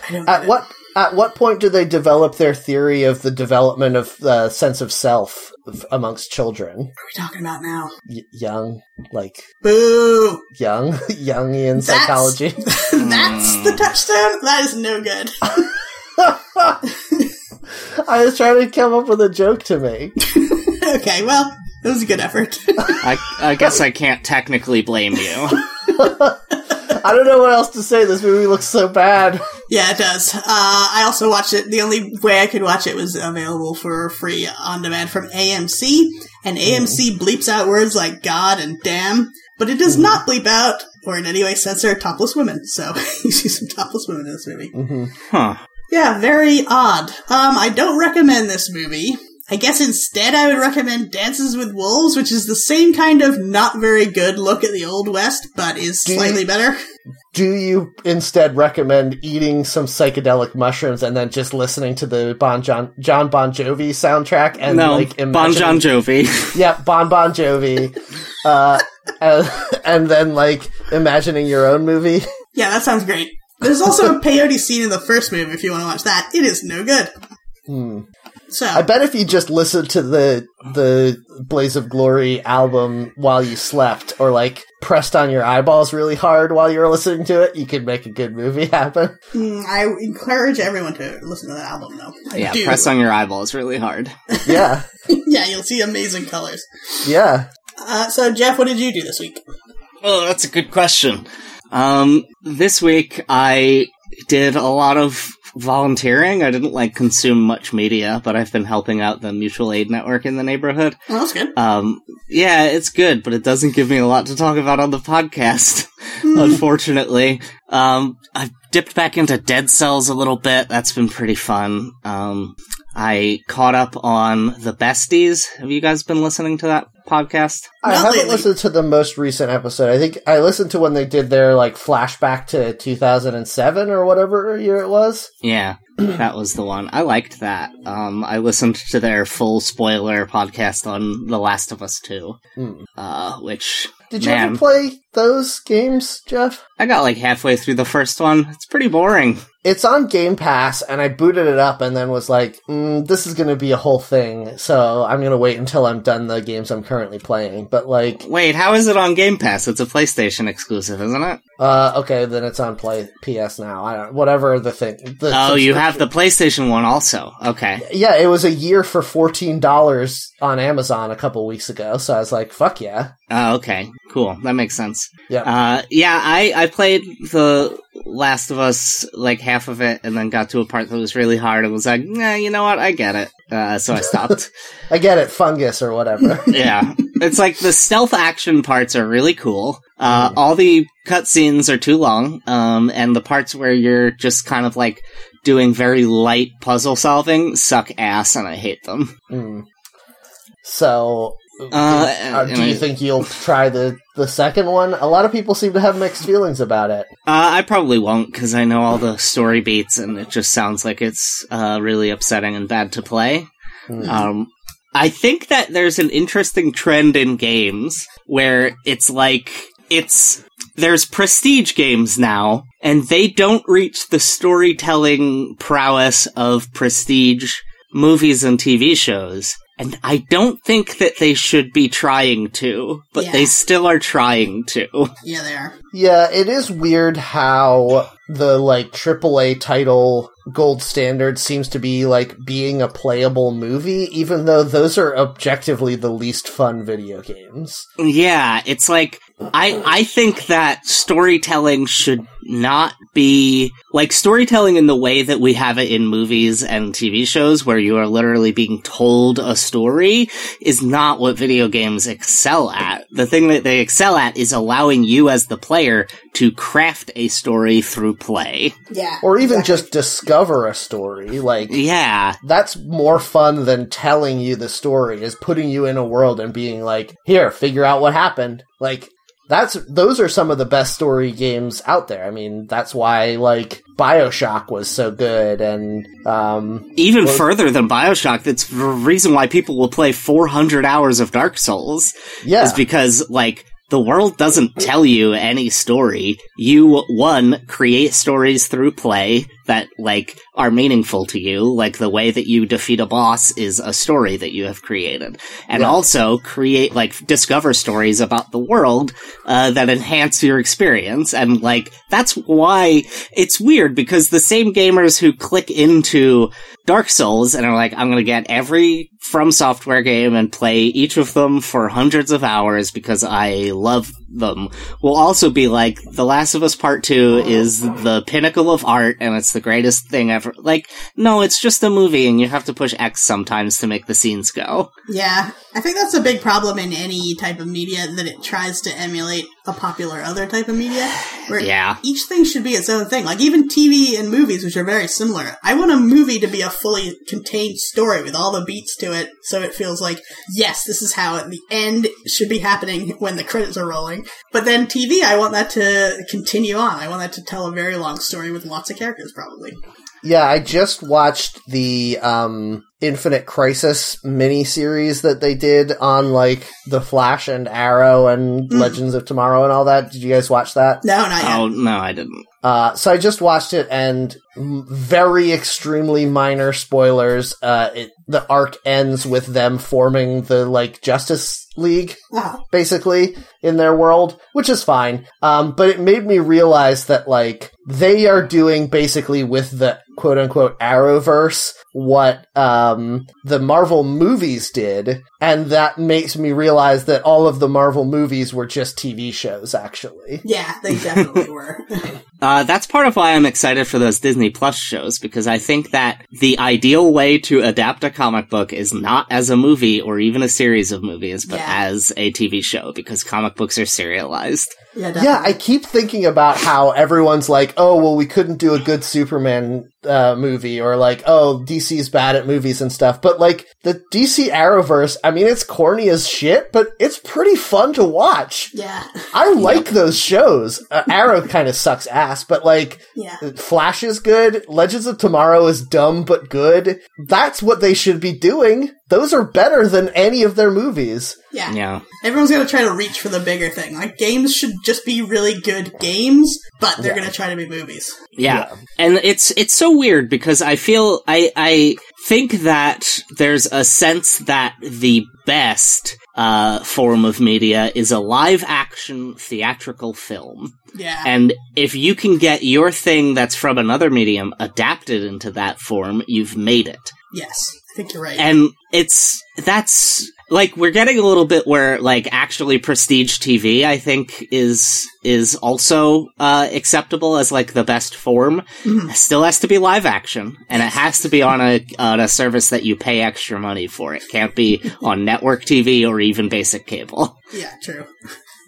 C: I don't get
A: At
C: it.
A: what at what point do they develop their theory of the development of the sense of self f- amongst children?
C: are we talking about now?
A: Y- young, like
C: Boo!
A: young, Jungian
C: That's-
A: psychology.
C: That's the touchstone? That is no good.
A: I was trying to come up with a joke to make.
C: Okay, well, it was a good effort.
B: I I guess I can't technically blame you.
A: I don't know what else to say. This movie looks so bad.
C: Yeah, it does. Uh, I also watched it. The only way I could watch it was available for free on demand from AMC, and
A: Mm-hmm.
C: AMC bleeps out words like God and damn, but it
A: Mm-hmm.
C: does not bleep out or in any way censor topless women. So you see some topless women in this movie.
A: Mm-hmm.
B: Huh.
C: Yeah, very odd. Um, I don't recommend this movie. I guess instead I would recommend Dances with Wolves, which is the same kind of not very good look at the Old West, but is
A: Do you-
C: slightly better.
A: Do you instead recommend eating some psychedelic mushrooms and then just listening to the Bon John John Bon Jovi soundtrack and
B: no,
A: like
B: Bon
A: imagine-
B: John Jovi.
A: Yeah, Bon Bon Jovi. uh, and, and then like imagining your own movie.
C: Yeah, that sounds great. There's also a peyote scene in the first movie if you want to watch that. It is no good.
A: Hmm.
C: So,
A: I bet if you just listened to the the Blaze of Glory album while you slept, or like pressed on your eyeballs really hard while you were listening to it, you could make a good movie happen.
C: mm, I encourage everyone to listen to that album, though. I
B: yeah,
C: do.
B: press on your eyeballs really hard.
A: Yeah,
C: yeah, you'll see amazing colors.
A: yeah.
C: Uh, so, Jeff, what did you do this week?
B: Oh, that's a good question. Um, this week I did a lot of volunteering. I didn't like consume much media, but I've been helping out the mutual aid network in the neighborhood.
C: Well, that's good.
B: Um, yeah, it's good, but it doesn't give me a lot to talk about on the podcast,
A: Mm.
B: unfortunately. Um, I've dipped back into Dead Cells a little bit. That's been pretty fun. Um, I caught up on The Besties. Have you guys been listening to that podcast?
A: I
C: Not
A: haven't
C: lately.
A: listened to the most recent episode. I think I listened to when they did their like flashback to 2007 or whatever year it was.
B: Yeah, that was the one. I liked that. Um, I listened to their full spoiler podcast on The Last of Us 2,
A: Hmm.
B: uh, which,
A: Did you
B: Man.
A: ever play those games, Jeff?
B: I got like halfway through the first one. It's pretty boring.
A: it's on Game Pass, and I booted it up and then was like, mm, this is going to be a whole thing, so I'm going to wait until I'm done the games I'm currently playing. But, like,
B: Wait, how is it on Game Pass? It's a PlayStation exclusive, isn't it?
A: uh, okay, then it's on play- PS now. I don't, whatever the thing. The
B: Oh, you
A: subscription-
B: have the PlayStation one also. Okay.
A: Yeah, it was a year for $14 on Amazon a couple weeks ago, so I was like, fuck yeah.
B: Oh, okay. Cool. That makes sense.
A: Yeah.
B: Uh, yeah, I, I played The Last of Us, like half of it, and then got to a part that was really hard and was like, nah, you know what? I get it. Uh, so I stopped.
A: I get it, fungus or whatever.
B: yeah. It's like the stealth action parts are really cool. Uh, all the cutscenes are too long, um, and the parts where you're just kind of like doing very light puzzle solving suck ass, and I hate them.
A: Mm. So,
B: Uh,
A: uh,
B: and
A: do you
B: I-
A: think you'll try the, the second one? A lot of people seem to have mixed feelings about it.
B: Uh, I probably won't because I know all the story beats, and it just sounds like it's uh, really upsetting and bad to play.
A: Mm.
B: Um, I think that there's an interesting trend in games where it's like it's there's prestige games now, and they don't reach the storytelling prowess of prestige movies and TV shows. And I don't think that they should be trying to, but
C: Yeah.
B: they still are trying to.
C: Yeah, they are.
A: Yeah, it is weird how the like AAA title gold standard seems to be like being a playable movie, even though those are objectively the least fun video games.
B: Yeah, it's like I I think that storytelling should not be like storytelling in the way that we have it in movies and TV shows where you are literally being told a story is not what video games excel at. The thing that they excel at is allowing you as the player to craft a story through play.
C: Yeah.
A: Or even just discover a story. Like
B: Yeah.
A: that's more fun than telling you the story is putting you in a world and being like, "Here, figure out what happened." Like that's those are some of the best story games out there. I mean, that's why like BioShock was so good and um
B: Even further than BioShock, that's the reason why people will play 400 hours of Dark Souls.
A: yeah.
B: is because like the world doesn't tell you any story. You one create stories through play that like are meaningful to you, like the way that you defeat a boss is a story that you have created. And
A: Yeah.
B: also create like discover stories about the world uh, that enhance your experience and like that's why it's weird because the same gamers who click into Dark Souls and are like, I'm gonna get every From Software game and play each of them for hundreds of hours because I love them will also be like The Last of Us Part 2 is the pinnacle of art and it's the greatest thing ever. Like, no, it's just a movie and you have to push X sometimes to make the scenes go.
C: Yeah, I think that's a big problem in any type of media that it tries to emulate a popular other type of media. Where
B: Yeah.
C: each thing should be its own thing. Like even TV and movies, which are very similar. I want a movie to be a fully contained story with all the beats to it, so it feels like yes, this is how the end should be happening when the credits are rolling. But then TV, I want that to continue on. I want that to tell a very long story with lots of characters, probably.
A: Yeah, I just watched the um, Infinite Crisis miniseries that they did on like the Flash and Arrow and
C: Mm.
A: Legends of Tomorrow and all that. Did you guys watch that?
C: No, not yet.
B: Oh, no, I didn't.
A: Uh, so I just watched it, and m- very extremely minor spoilers. Uh, it, the arc ends with them forming the like Justice League,
C: Oh.
A: basically in their world, which is fine. Um, but it made me realize that like they are doing basically with the quote unquote Arrowverse what um, the Marvel movies did, and that makes me realize that all of the Marvel movies were just TV shows, actually.
C: Yeah, they definitely were.
B: Uh, that's part of why I'm excited for those Disney Plus shows because I think that the ideal way to adapt a comic book is not as a movie or even a series of movies, but
C: Yeah.
B: as a TV show because comic books are serialized.
C: Yeah, definitely.
A: Yeah, I keep thinking about how everyone's like, oh, well, we couldn't do a good Superman uh, movie, or like, oh, DC's bad at movies and stuff. But like, the DC Arrowverse, I mean, it's corny as shit, but it's pretty fun to watch.
C: yeah,
A: I like those shows. Uh, Arrow kind of sucks ass, but like,
C: yeah.
A: Flash is good. Legends of Tomorrow is dumb but good. That's what they should be doing. Those are better than any of their movies.
C: Yeah.
B: Yeah.
C: Everyone's gonna try to reach for the bigger thing. Like games should just be really good games, but they're gonna try to be movies.
B: Yeah. And it's it's so weird because I feel I I think that there's a sense that the best uh form of media is a live action theatrical film.
C: Yeah.
B: And if you can get your thing that's from another medium adapted into that form, you've made it.
C: yes. I think you're right.
B: And it's that's like we're getting a little bit where like actually prestige TV I think is is also uh acceptable as like the best form.
C: Mhm.
B: It still has to be live action and it has to be on a on a service that you pay extra money for. It can't be on network TV or even basic cable.
C: yeah, true.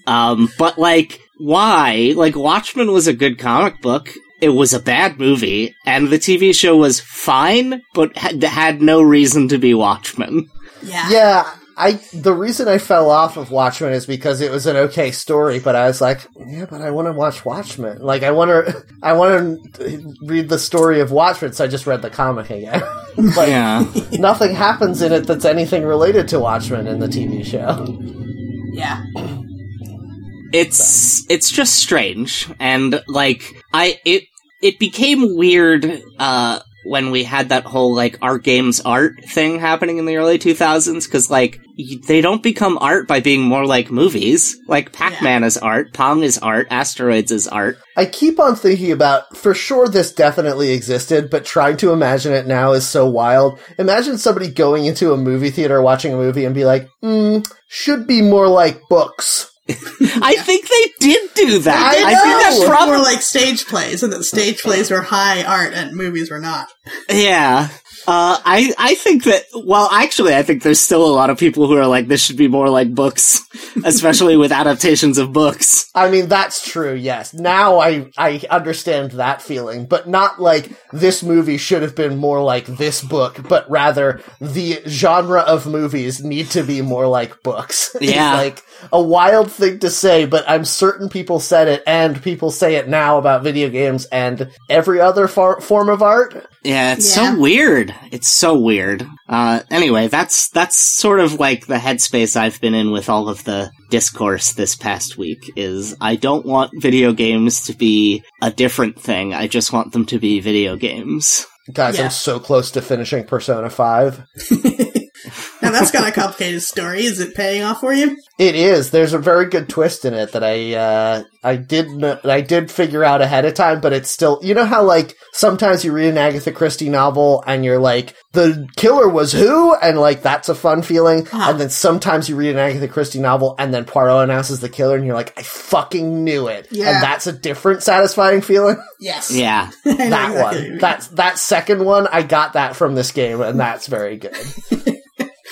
B: Um, but like, why? Like, Watchmen was a good comic book. It was a bad movie, and the TV show was fine, but had, had no reason to be Watchmen.
C: Yeah.
A: Yeah, I the reason I fell off of Watchmen is because it was an okay story, but I was like, yeah, but I want to watch Watchmen. Like I want to I want to read the story of Watchmen, so I just read the comic again. but
B: Yeah,
A: nothing happens in it that's anything related to Watchmen in the TV show.
C: Yeah.
B: it's it's just strange, and like, I it it became weird uh, when we had that whole like our games art thing happening in the early two thousands because like y- they don't become art by being more like movies. Like Pac Man is art, Pong is art, Asteroids is art.
A: I keep on thinking about for sure this definitely existed, but trying to imagine it now is so wild. Imagine somebody going into a movie theater watching a movie and be like, mm, should be more like books.
B: I think they did do that.
A: I
B: I,
A: know!
B: think that's
C: More
B: probably
C: like stage plays, and that stage plays were high art and movies were not.
B: yeah. Uh, I I think that well, actually, I think there's still a lot of people who are like this should be more like books, especially with adaptations of books.
A: I mean, that's true, yes. Now I, I understand that feeling, but not like this movie should have been more like this book, but rather the genre of movies need to be more like books. It's
B: Yeah.
A: like a wild thing to say, but I'm certain people said it and people say it now about video games and every other far- form of art.
B: Yeah, it's
C: Yeah.
B: so weird. It's so weird. Uh, anyway, that's that's sort of like the headspace I've been in with all of the discourse this past week. Is I don't want video games to be a different thing. I just want them to be video games.
A: Guys,
C: Yeah.
A: I'm so close to finishing Persona 5.
C: Now that's got a complicated story. Is it paying off for you?
A: It is. There's a very good twist in it that I uh, I did kn- I did figure out ahead of time, but it's still you know how like sometimes you read an Agatha Christie novel and you're like the killer was who and like that's a fun feeling,
C: Ah.
A: and then sometimes you read an Agatha Christie novel and then Poirot announces the killer and you're like I fucking knew it,
C: Yeah.
A: and that's a different satisfying feeling.
C: Yes.
B: Yeah.
C: I know
A: that
C: exactly what you
A: one,
C: mean.
A: that's that second one, I got that from this game, and that's very good.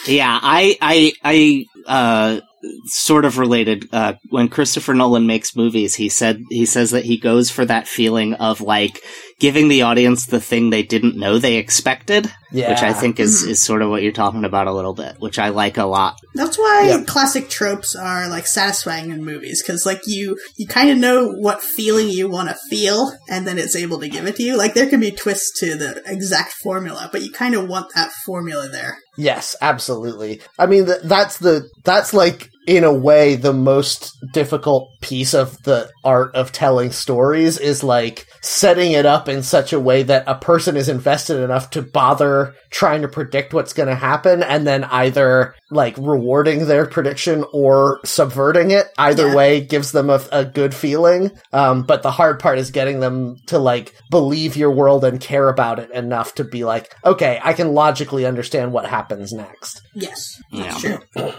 B: Yeah, I, I, I, uh, sort of related. Uh, when Christopher Nolan makes movies, he said he says that he goes for that feeling of like giving the audience the thing they didn't know they expected,
A: Yeah,
B: which I think is is sort of what you're talking about a little bit, which I like a lot.
C: That's why
A: Yeah.
C: classic tropes are like satisfying in movies because like you you kind of know what feeling you want to feel, and then it's able to give it to you. Like there can be twists to the exact formula, but you kind of want that formula there.
A: Yes, absolutely. I mean, th- that's the that's like in a way the most difficult piece of the art of telling stories is like setting it up in such a way that a person is invested enough to bother trying to predict what's going to happen and then either like rewarding their prediction or subverting it either
C: Yeah.
A: way gives them a, a good feeling um, but the hard part is getting them to like believe your world and care about it enough to be like okay i can logically understand what happens next
C: Yes,
B: Yeah.
C: that's true.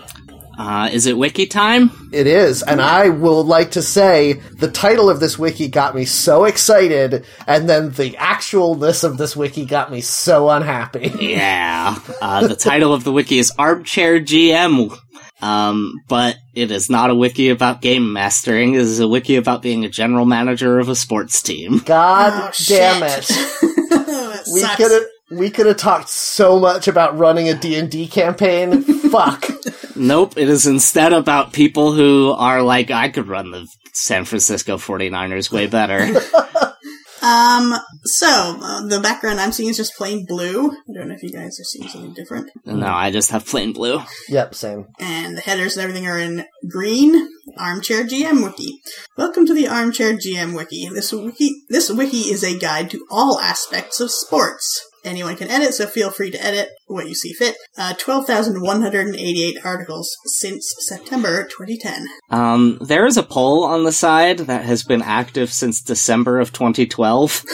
B: Uh, is it wiki time?
A: it is, and I will like to say the title of this wiki got me so excited, and then the actualness of this wiki got me so unhappy.
B: Yeah. Uh, the title of the wiki is Armchair GM. Um, but it is not a wiki about game mastering. It is a wiki about being a general manager of a sports team.
A: God
C: Oh, shit.
A: damn it!
C: That
A: We
C: sucks.
A: could have we could have talked so much about running a D and D campaign. Fuck.
B: Nope, it is instead about people who are like, I could run the San Francisco 49ers way better.
C: Um, so uh, the background I'm seeing is just plain blue. I don't know if you guys are seeing something different.
B: no, I just have plain blue.
A: Yep, same.
C: And the headers and everything are in green. Armchair GM Wiki. Welcome to the Armchair GM Wiki. This wiki, this wiki is a guide to all aspects of sports. Anyone can edit, so feel free to edit what you see fit. Uh, 12,188 articles since September 2010.
B: Um, there is a poll on the side that has been active since December of 2012.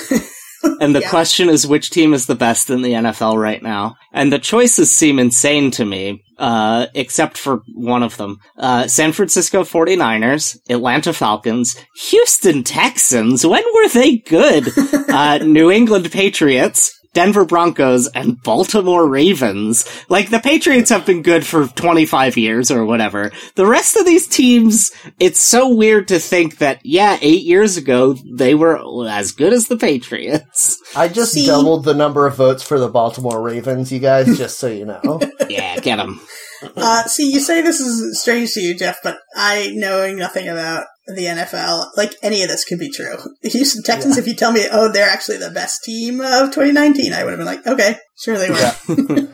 B: and the
C: Yeah.
B: question is which team is the best in the NFL right now? And the choices seem insane to me, uh, except for one of them. Uh, San Francisco 49ers, Atlanta Falcons, Houston Texans, when were they good? uh, New England Patriots. Denver Broncos and Baltimore Ravens. Like the Patriots have been good for 25 years or whatever. The rest of these teams, it's so weird to think that, yeah, eight years ago, they were as good as the Patriots.
A: I just
C: See?
A: doubled the number of votes for the Baltimore Ravens, you guys, just so you know.
B: Yeah, get them.
C: Uh, see, you say this is strange to you, Jeff, but I, knowing nothing about the NFL, like any of this could be true. The Houston Texans, if you tell me, oh, they're actually the best team of 2019, I would have been like, okay, sure they were.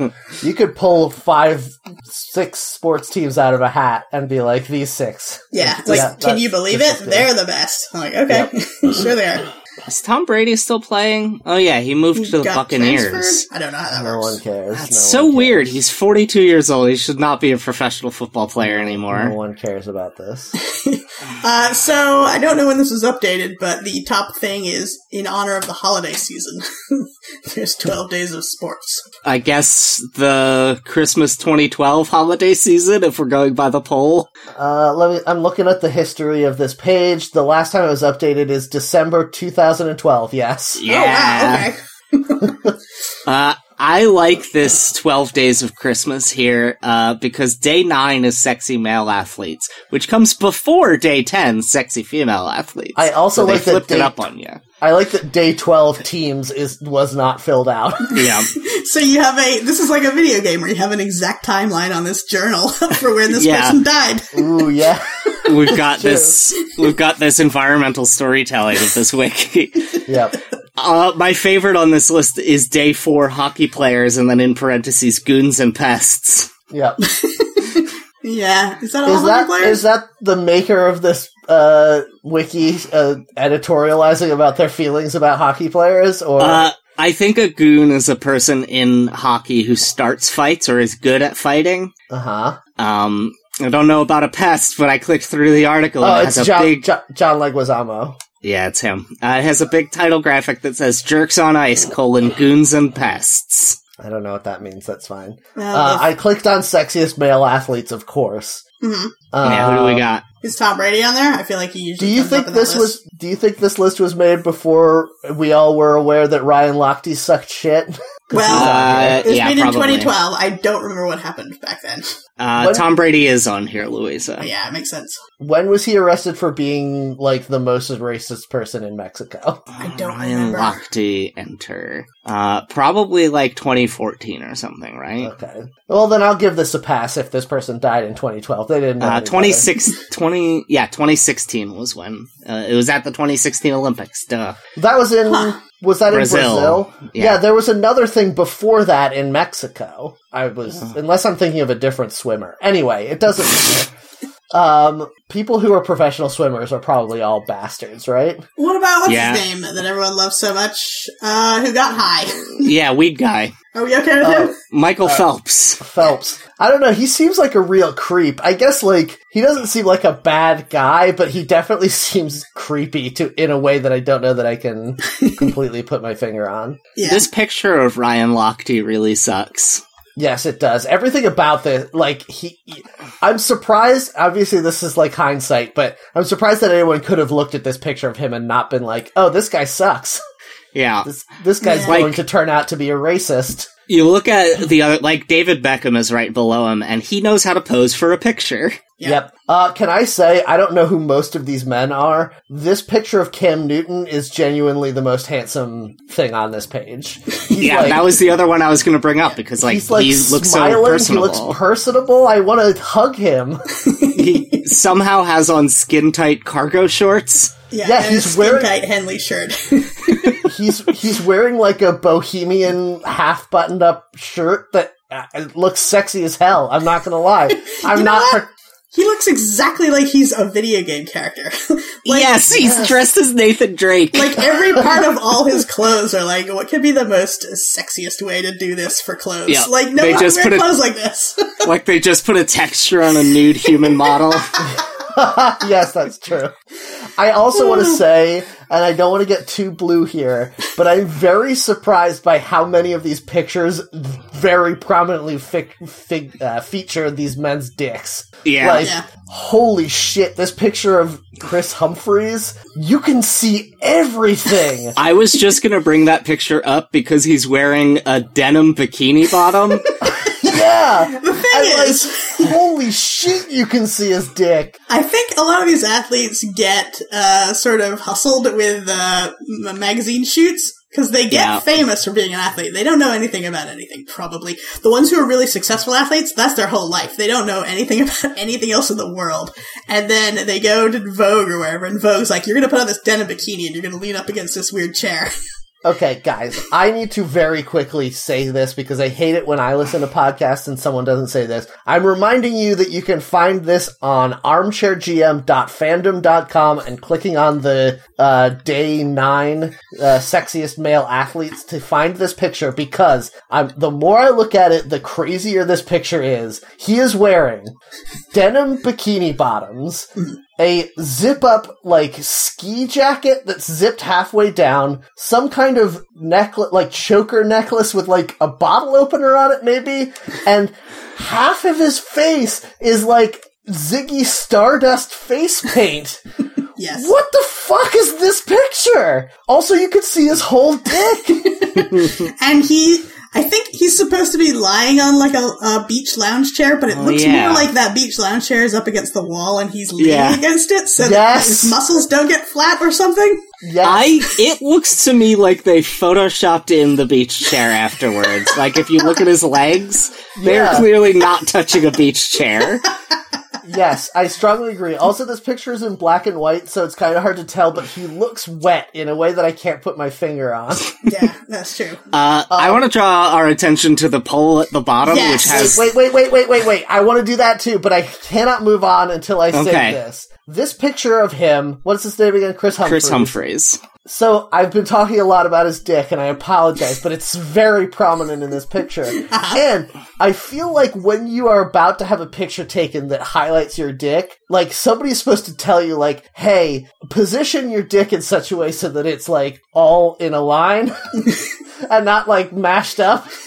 A: Yeah. you could pull five, six sports teams out of a hat and be like, these six.
C: Yeah, like,
A: Yeah,
C: can
A: that-
C: you believe
A: this
C: it?
A: is good.
C: They're the best. I'm like, okay, sure they are.
B: Is Tom Brady still playing? Oh yeah, he moved to the
C: Got
B: Buccaneers.
C: transferred? I don't know how that
A: No one
C: works.
A: cares.
B: That's
A: no
B: so
A: one cares.
B: weird. He's 42 years old. He should not be a professional football player anymore.
A: No one cares about this.
C: Uh, so I don't know when this was updated, but the top thing is in honor of the holiday season. There's 12 days of sports.
B: I guess the Christmas 2012 holiday season, if we're going by the poll.
A: Uh, let me. I'm looking at the history of this page. The last time it was updated is December 2012. Yes.
C: Oh, wow, okay.
B: Uh, I like this 12 Days of Christmas here, uh, because day nine is sexy male athletes, which comes before day 10, sexy female athletes.
A: I also
B: so they
A: like that
B: flipped
A: day-
B: it up on you.
A: I like that day 12 teams is was not filled out.
B: Yeah.
C: So you have a this is like a video game where you have an exact timeline on this journal for when this
B: Yeah.
C: person died.
A: Ooh yeah.
B: We've got this, we've got this environmental storytelling of this wiki.
A: yep.
B: Uh, my favorite on this list is day four hockey players and then in parentheses goons and pests.
A: Yep.
C: Yeah, is that all
A: Is
C: hockey
A: that
C: players?
A: is that the maker of this uh wiki uh, editorializing about their feelings about hockey players or
B: Uh, I think a goon is a person in hockey who starts fights or is good at fighting.
A: Uh huh.
B: Um, I don't know about a pest, but I clicked through the article.
A: Oh,
B: and it
A: it's
B: has a
A: John,
B: big
A: Jo- John Leguizamo.
B: yeah, it's him. Uh, it has a big title graphic that says "Jerks on Ice: colon, Goons and Pests."
A: I don't know what that means. That's fine.
C: Uh,
A: Uh, I clicked on sexiest male athletes, of course.
C: mhm.
A: Uh,
B: yeah, who do we got?
C: Is Tom Brady on there? I feel like he
A: Do
C: usually.
A: you
C: comes up
A: think
C: in that
A: this
C: list.
A: was? Do you think this list was made before we all were aware that Ryan Lochte sucked shit?
C: Well,
B: Uh,
C: it was
B: yeah,
C: made in
B: probably.
C: 2012. I don't remember what happened back then.
B: Uh,
A: What-
B: Tom Brady is on here, Louisa.
C: But yeah, it makes sense.
A: When was he arrested for being like the most racist person in Mexico?
C: I don't
B: Ryan
C: remember.
B: Uh, Lochte enter. Uh, probably like 2014 or something, right?
A: Okay. Well, then I'll give this a pass if this person died in 2012. They didn't. know
B: Uh,
A: any better.
B: 26, 20, yeah, 2016 was when, uh, it was at the 2016 Olympics, duh.
A: That was in.
C: Huh.
A: Was that in
B: Brazil.
A: Brazil?
B: Yeah.
A: Yeah. there was another thing before that in Mexico. I was,
B: Oh.
A: unless I'm thinking of a different swimmer. Anyway, it doesn't matter. Um, people who are professional swimmers are probably all bastards, right?
C: What about what's
B: Yeah.
C: his name that everyone loves so much? Uh, who got high?
B: Yeah, weed guy.
C: Are we okay with
A: Oh.
C: him?
B: Michael
A: Uh,
B: Phelps.
A: Phelps. I don't know. He seems like a real creep. I guess like he doesn't seem like a bad guy, but he definitely seems creepy to in a way that I don't know that I can completely put my finger on.
C: Yeah.
B: This picture of Ryan Lochte really sucks.
A: Yes, it does. Everything about this, like he, I'm surprised. Obviously, this is like hindsight, but I'm surprised that anyone could have looked at this picture of him and not been like, "Oh, this guy sucks.
B: Yeah.
A: This this guy's
C: Yeah.
A: going
B: Like-
A: to turn out to be a racist."
B: You look at the other, like David Beckham is right below him and he knows how to pose for a picture.
C: Yeah.
A: Yep. Uh, can I say I don't know who most of these men are. This picture of Cam Newton is genuinely the most handsome thing on this page. He's
B: yeah,
A: like-
B: that was the other one I was going to bring up because like,
A: he's like
B: he looks so
A: smiling. he
B: personable.
A: looks personable. I want to hug him.
B: he somehow has on skin tight cargo shorts.
C: Yeah,
A: yeah,
C: and
A: he's
C: his skin
A: wearing-
C: tight Henley shirt.
A: he's he's wearing like a bohemian half buttoned up shirt that uh, it looks sexy as hell. I'm not gonna lie. I'm
C: You know
A: not.
C: what? he looks exactly like he's a video game character. like,
B: yes, he's dressed as Nathan Drake.
C: Like every part of all his clothes are like, what could be the most sexiest way to do this for clothes?
B: Yeah,
C: like no
B: they
C: one
B: just
C: wear
B: put it-
C: clothes like this.
B: like they just put a texture on a nude human model.
A: yes, that's true. I also want to say, and I don't want to get too blue here, but I'm very surprised by how many of these pictures very prominently fi- fi- uh, feature these men's dicks.
B: Yeah.
A: Like,
C: Yeah.
A: holy shit, this picture of Chris Humphreys, you can see everything.
B: I was just gonna bring that picture up because he's wearing a denim bikini bottom.
A: yeah!
C: the thing
A: I
C: is,
A: like, holy shit, you can see his dick.
C: I think a lot of these athletes get uh, sort of hustled with uh, m- magazine shoots because they get
B: Yeah.
C: famous for being an athlete. They don't know anything about anything, probably. The ones who are really successful athletes, that's their whole life. They don't know anything about anything else in the world. And then they go to Vogue or wherever, and Vogue's like, you're going to put on this denim bikini and you're going to lean up against this weird chair.
A: Okay, guys, I need to very quickly say this because I hate it when I listen to podcasts and someone doesn't say this. I'm reminding you that you can find this on armchairgm.fandom.com and clicking on the uh, day nine uh, sexiest male athletes to find this picture because I'm, the more I look at it, the crazier this picture is. He is wearing denim bikini bottoms, a zip up like ski jacket that's zipped halfway down, some kind of necklace, like choker necklace with like a bottle opener on it, maybe, and half of his face is like Ziggy Stardust face paint.
C: yes.
A: What the fuck is this picture? Also, you could see his whole dick.
C: And he, I think he's supposed to be lying on like a, a beach lounge chair, but it
B: Oh,
C: looks
B: yeah.
C: more like that beach lounge chair is up against the wall and he's leaning
B: Yeah.
C: against it so that
A: Yes.
C: his muscles don't get flat or something.
A: yes.
B: I it looks to me like they photoshopped in the beach chair afterwards. like if you look at his legs, they're
A: Yeah.
B: clearly not touching a beach chair.
A: Yes, I strongly agree. Also, this picture is in black and white, so it's kind of hard to tell, but he looks wet in a way that I can't put my finger on.
C: Yeah, that's true.
B: Uh, I want to draw our attention to the pole at the bottom,
C: Yes.
B: which has
A: wait, wait, wait, wait, wait, wait. I want to do that too, but I cannot move on until I say
B: Okay.
A: this. This picture of him, what's his name again? Chris Humphreys.
B: Chris Humphreys.
A: So I've been talking a lot about his dick, and I apologize, but it's very prominent in this picture. And I feel like when you are about to have a picture taken that highlights your dick, like somebody's supposed to tell you, like, "Hey, position your dick in such a way so that it's like all in a line and not like mashed up."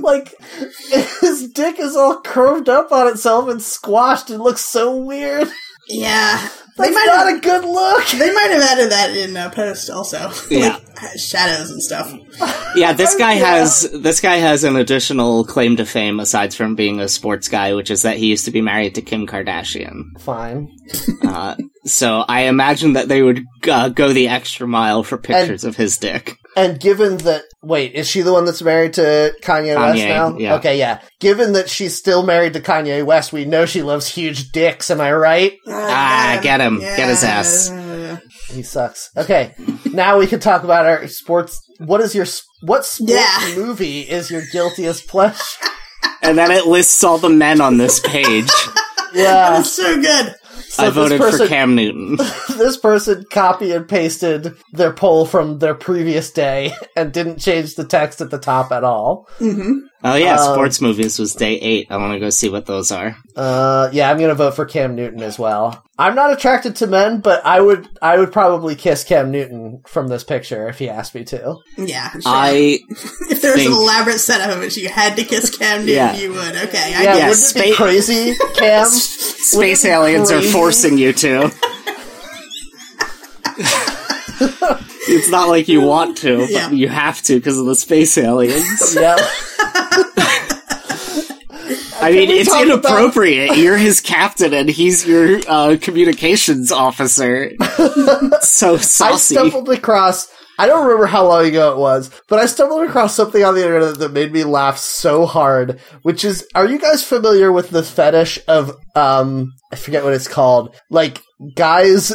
A: like his dick is all curved up on itself and squashed. It looks so weird.
C: Yeah. They
A: That's
C: might,
A: not
C: have,
A: a good look.
C: they might have added that in uh, post also.
B: Yeah.
C: like, shadows and stuff.
B: Yeah, this guy
A: Oh, Yeah.
B: has this guy has an additional claim to fame aside from being a sports guy, which is that he used to be married to Kim Kardashian.
A: Fine.
B: Uh, so I imagine that they would uh, go the extra mile for pictures of his dick.
A: And given that, wait, is she the one that's married to Kanye, West
B: Kanye,
A: now?
B: yeah.
A: Okay, yeah. Given that she's still married to Kanye West, we know she loves huge dicks. Am I right?
B: Ah, get him. Get his ass.
C: Yeah.
A: He sucks. Okay, now we can talk about our sports. What is your s- what sports
C: Yeah.
A: movie is your guiltiest pleasure?
B: And then it lists all the men on this page.
A: Yeah,
C: That's so good.
A: so
B: I
A: this
B: voted
A: person-
B: for Cam Newton.
A: this person copy and pasted their poll from their previous day and didn't change the text at the top at all.
C: hmm
B: Oh yeah,
A: Um,
B: sports movies was day eight. I want to go see what those are.
A: Uh, yeah, I'm gonna vote for Cam Newton as well. I'm not attracted to men, but I would I would probably kiss Cam Newton from this picture if he asked me to.
C: Yeah. Sure.
B: I
C: if there was an
B: think-
C: elaborate setup in which you had to kiss Cam Newton,
B: Yeah.
C: you would. Okay.
A: Yeah,
C: I get
B: yeah,
A: wouldn't it be
B: spa-
A: crazy, Cam?
B: space
A: Wouldn't it be
B: aliens are
A: crazy?
B: forcing you to. it's not like you want to, but
C: Yeah.
B: you have to because of the space aliens.
A: yeah.
B: I mean,
A: we
B: it's
A: talk about-
B: inappropriate. You're his captain and he's your uh, communications officer. so
A: I
B: saucy.
A: stumbled across I don't remember how long ago it was, but I stumbled across something on the internet that made me laugh so hard, which is are you guys familiar with the fetish of um I forget what it's called. Like guys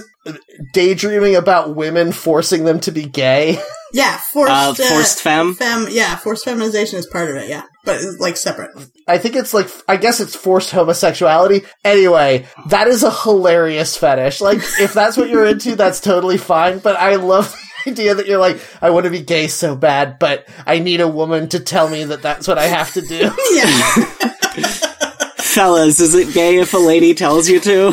A: daydreaming about women forcing them to be gay?
C: Yeah, forced,
B: Uh,
C: uh,
B: forced femme.
C: fem. Yeah, forced feminization is part of it. Yeah, but it's like separate.
A: I think it's like I guess it's forced homosexuality. Anyway, that is a hilarious fetish. Like if that's what you're into, that's totally fine. But I love the idea that you're like, I want to be gay so bad, but I need a woman to tell me that that's what I have to do.
C: Yeah,
B: Fellas, is it gay if a lady tells you to?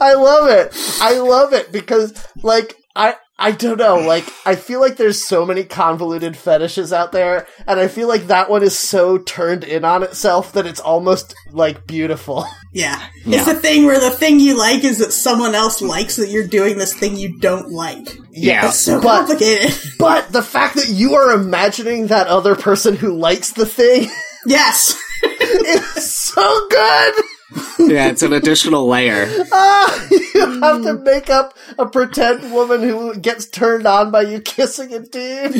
A: I love it. I love it because like I I don't know, like I feel like there's so many convoluted fetishes out there and I feel like that one is so turned in on itself that it's almost like beautiful.
C: yeah.
B: Yeah.
C: It's the thing where the thing you like is that someone else likes that you're doing this thing you don't like.
B: Yeah.
C: It's so
A: But-
C: complicated.
A: But the fact that you are imagining that other person who likes the thing
C: yes.
A: is so good.
B: yeah, it's an additional layer.
A: Ah, you have to make up a pretend woman who gets turned on by you kissing a dude.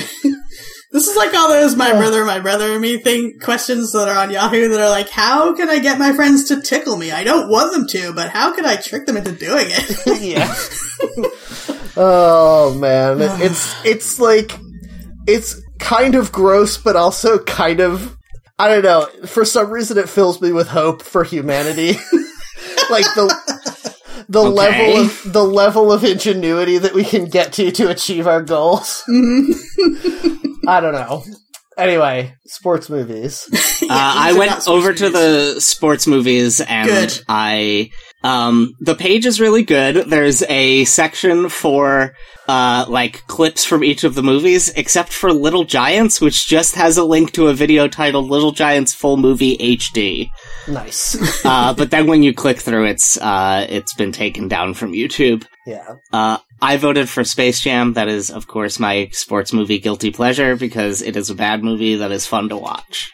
C: This is like all those my brother, my brother and me thing questions that are on Yahoo that are like, how can I get my friends to tickle me? I don't want them to, but how can I trick them into doing it?
A: yeah. oh man, It- it's it's like it's kind of gross, but also kind of I don't know. For some reason, it fills me with hope for humanity. like the the
B: Okay.
A: level of the level of ingenuity that we can get to to achieve our goals.
B: Mm-hmm.
A: I don't know. Anyway, sports movies.
C: Yeah,
B: Uh, I
C: these are
B: went
C: not
B: over to
C: specific.
B: the sports movies and
C: Good.
B: I um the page is really good. There's a section for uh like clips from each of the movies except for Little Giants which just has a link to a video titled Little Giants full movie HD.
A: Nice.
B: Uh but then when you click through it's uh it's been taken down from YouTube.
A: Yeah.
B: Uh, I voted for Space Jam. That is, of course, my sports movie guilty pleasure because it is a bad movie that is fun to watch.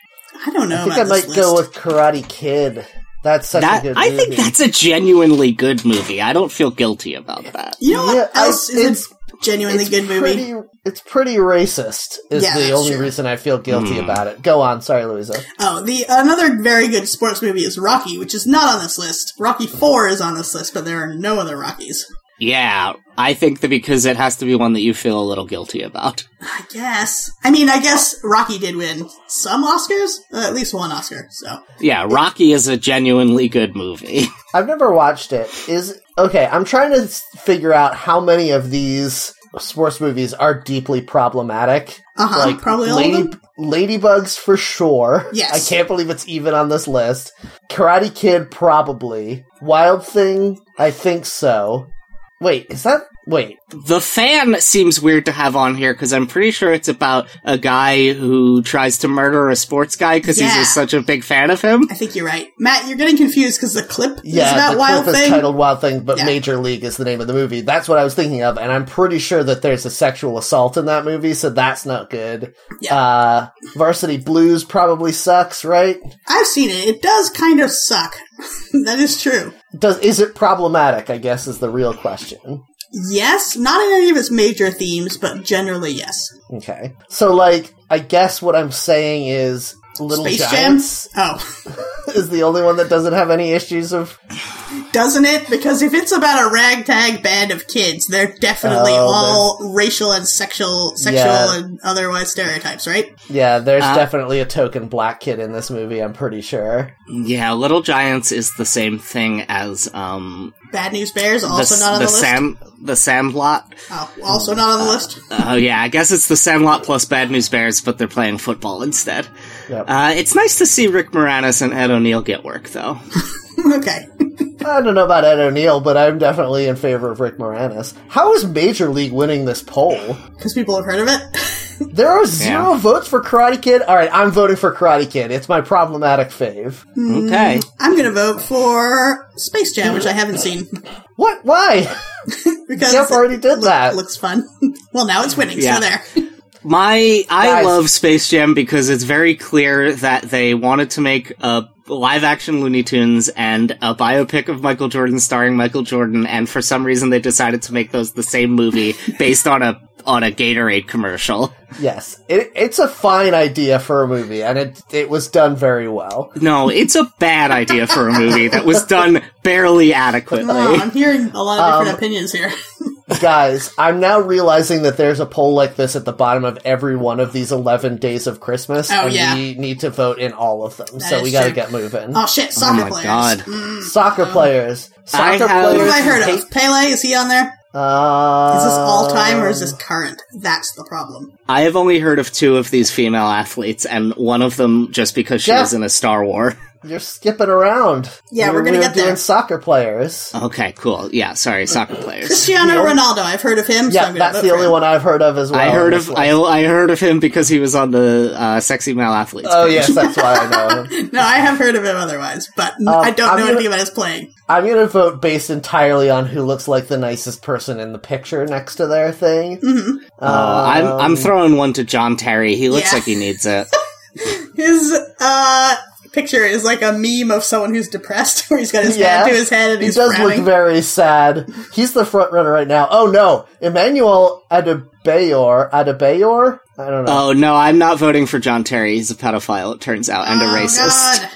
C: I don't know.
A: I think I
C: about
A: might
C: this
A: go
C: list.
A: with Karate Kid. That's such
B: That
A: a good
B: I
A: movie.
B: think that's a genuinely good movie. I don't feel guilty about that.
C: You know
A: Yeah,
C: what
A: I-
C: else
A: it's-
C: is a genuinely good movie?
A: pretty, it's pretty racist. Is
C: Yeah,
A: the
C: that's
A: only
C: true.
A: reason I feel guilty
B: Hmm.
A: about it. Go on, sorry, Louisa.
C: Oh, the another very good sports movie is Rocky, which is not on this list. Rocky Four is on this list, but there are no other Rockies.
B: Yeah, I think that because it has to be one that you feel a little guilty about.
C: I guess. I mean, I guess Rocky did win some Oscars, uh, at least one Oscar. So
B: Yeah, Rocky is a genuinely good movie.
A: I've never watched it. Is okay. I'm trying to s- figure out how many of these sports movies are deeply problematic.
C: uh huh,
A: like
C: probably all of
A: Lady,
C: them.
A: Ladybugs for sure.
C: Yes.
A: I can't believe it's even on this list. Karate Kid probably. Wild Thing, I think so. Wait, is that wait?
B: the fan seems weird to have on here because I'm pretty sure it's about a guy who tries to murder a sports guy because he's
C: Yeah.
B: just such a big fan of him.
C: I think you're right, Matt. You're getting confused because the clip
A: Yeah,
C: is that
A: the
C: wild
A: clip
C: thing.
A: is titled Wild Thing, but
C: Yeah.
A: Major League is the name of the movie. That's what I was thinking of, and I'm pretty sure that there's a sexual assault in that movie, so that's not good.
C: Yeah.
A: Uh, Varsity Blues probably sucks, right?
C: I've seen it. It does kind of suck. that is true.
A: Does is it problematic? I guess is the real question.
C: Yes, not in any of its major themes, but generally yes.
A: Okay, so like, I guess what I'm saying is Little
C: Space
A: Giants
C: Jam. Oh.
A: is the only one that doesn't have any issues of.
C: doesn't it? Because if it's about a ragtag band of kids, they're definitely
A: Oh,
C: all racial and sexual, sexual
A: Yeah.
C: and otherwise stereotypes, right?
A: Yeah, there's
B: Uh,
A: definitely a token black kid in this movie. I'm pretty sure.
B: Yeah, Little Giants is the same thing as um
C: Bad News Bears
B: the,
C: also not on
B: the
C: the, list.
B: Sam the Sandlot.
C: oh, also not on the list.
B: Oh yeah, I guess it's the Sandlot plus Bad News Bears, but they're playing football instead.
A: Yep.
B: Uh, it's nice to see Rick Moranis and Ed O'Neill get work though.
C: okay,
A: I don't know about Ed O'Neill, but I'm definitely in favor of Rick Moranis. How is Major League winning this poll?
C: because people have heard of it.
A: There are zero
B: Yeah.
A: votes for Karate Kid. All right, I'm voting for Karate Kid. It's my problematic fave.
C: Hmm.
B: Okay,
C: I'm gonna vote for Space Jam, which I haven't seen
A: What? Why?
C: because
A: Jeff already did that.
C: it looks fun. well, now it's winning,
B: Yeah.
C: so there.
B: My I
A: Guys.
B: love Space Jam because it's very clear that they wanted to make a live action Looney Tunes and a biopic of Michael Jordan starring Michael Jordan and for some reason they decided to make those the same movie based on a on a Gatorade commercial.
A: yes, it, it's a fine idea for a movie, and it it was done very well.
B: No, it's a bad idea for a movie that was done barely
C: Oh,
B: adequately.
C: I'm hearing a lot of different
A: Um,
C: opinions here.
A: Guys, I'm now realizing that there's a poll like this at the bottom of every one of these 11 days of Christmas,
C: Oh,
A: and
C: yeah.
A: we need to vote in all of them.
C: That
A: so
C: is
A: we got to
C: true.
A: get moving.
C: oh shit, soccer
B: my
C: players.
B: God.
C: Mm,
A: Soccer players.
B: I
A: Soccer
B: have-
A: players.
C: Who have I
A: who
C: heard
A: hate
C: of? Pele is he on there?
A: Uh,
C: Is this all time or is
A: Um,
C: this current? That's the problem.
B: I have only heard of two of these female athletes and one of them just because she
A: Yeah.
B: was in a Star War.
A: Uh, You're skipping around.
C: Yeah,
A: We
C: we're gonna
A: we
C: get
A: doing
C: there. Oh,
A: soccer players.
B: Okay, cool. Yeah, sorry, soccer players.
C: Cristiano
A: The only-
C: Ronaldo, I've heard of him. so
A: yeah,
C: I'm gonna
A: that's
C: vote
A: the
C: for
A: only
C: him.
A: one I've heard of as well.
B: I heard
A: on this
B: of I,
A: list.
B: I heard of him because he was on the uh, sexy male athletes.
A: Oh
B: page.
A: yes, that's why I know him.
C: No, I have heard of him otherwise, but n-
A: Um,
C: I don't
A: I'm
C: know
A: gonna-
C: anything about his playing.
A: I'm gonna vote based entirely on who looks like the nicest person in the picture next to their thing.
C: hmm
B: Oh, I'm I'm
A: Um,
B: throwing one to John Terry. He looks
C: Yeah.
B: like he needs it.
C: His uh, picture is like a meme of someone who's depressed, where he's got his
A: Yeah.
C: hand to his head and
A: He
C: he's
A: does
C: frowning.
A: look very sad. He's the front runner right now. Oh no, Emmanuel Adebayor. Adebayor. I don't know.
B: Oh no, I'm not voting for John Terry. He's a pedophile, it turns out, and a
C: Oh,
B: racist.
C: God.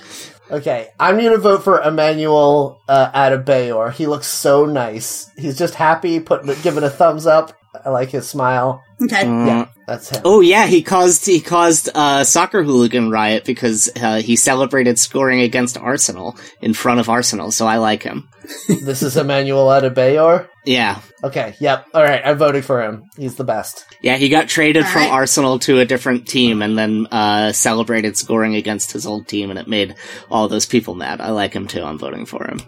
A: Okay, I'm gonna vote for Emmanuel uh, Adebayor. He looks so nice. He's just happy, putting giving a thumbs up. I like his smile.
C: Okay,
B: Uh,
A: Yeah, that's him.
B: Oh yeah, he caused he caused a soccer hooligan riot because uh, he celebrated scoring against Arsenal in front of Arsenal. So I like him.
A: This is Emmanuel Adebayor.
B: Yeah,
A: Okay, yep. All right, I'm voting for him. He's the best.
B: yeah. He got traded
C: All
B: from
C: right.
B: Arsenal to a different team and then uh, celebrated scoring against his old team, and it made all those people mad. I like him too. I'm voting for him.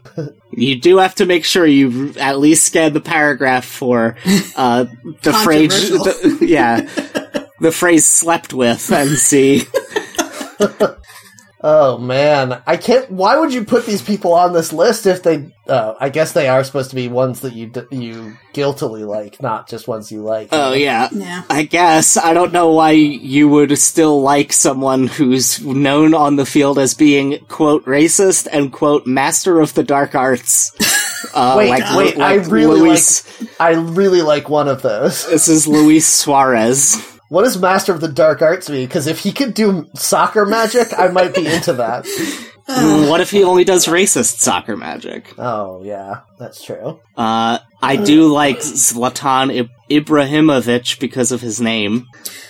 B: you do have to make sure you r- at least scan the paragraph for uh, the phrase.
C: Controversial.
B: the- yeah. The phrase slept with and see.
A: Oh man, I can't. Why would you put these people on this list if they? Oh, I guess they are supposed to be ones that you d- you guiltily like, not just ones you like.
B: Oh, yeah.
C: yeah.
B: I guess. I don't know why you would still like someone who's known on the field as being, quote, racist and, quote, master of the dark arts. Uh,
A: Wait, wait, I really
B: Luis,
A: I really like one of those.
B: This is Luis Suarez.
A: What does Master of the Dark Arts mean? Because if he could do soccer magic, I might be into that.
C: Ugh.
B: What if he only does racist soccer magic?
A: Oh yeah, that's true.
B: Uh, I do like Zlatan I- Ibrahimovic because of his name.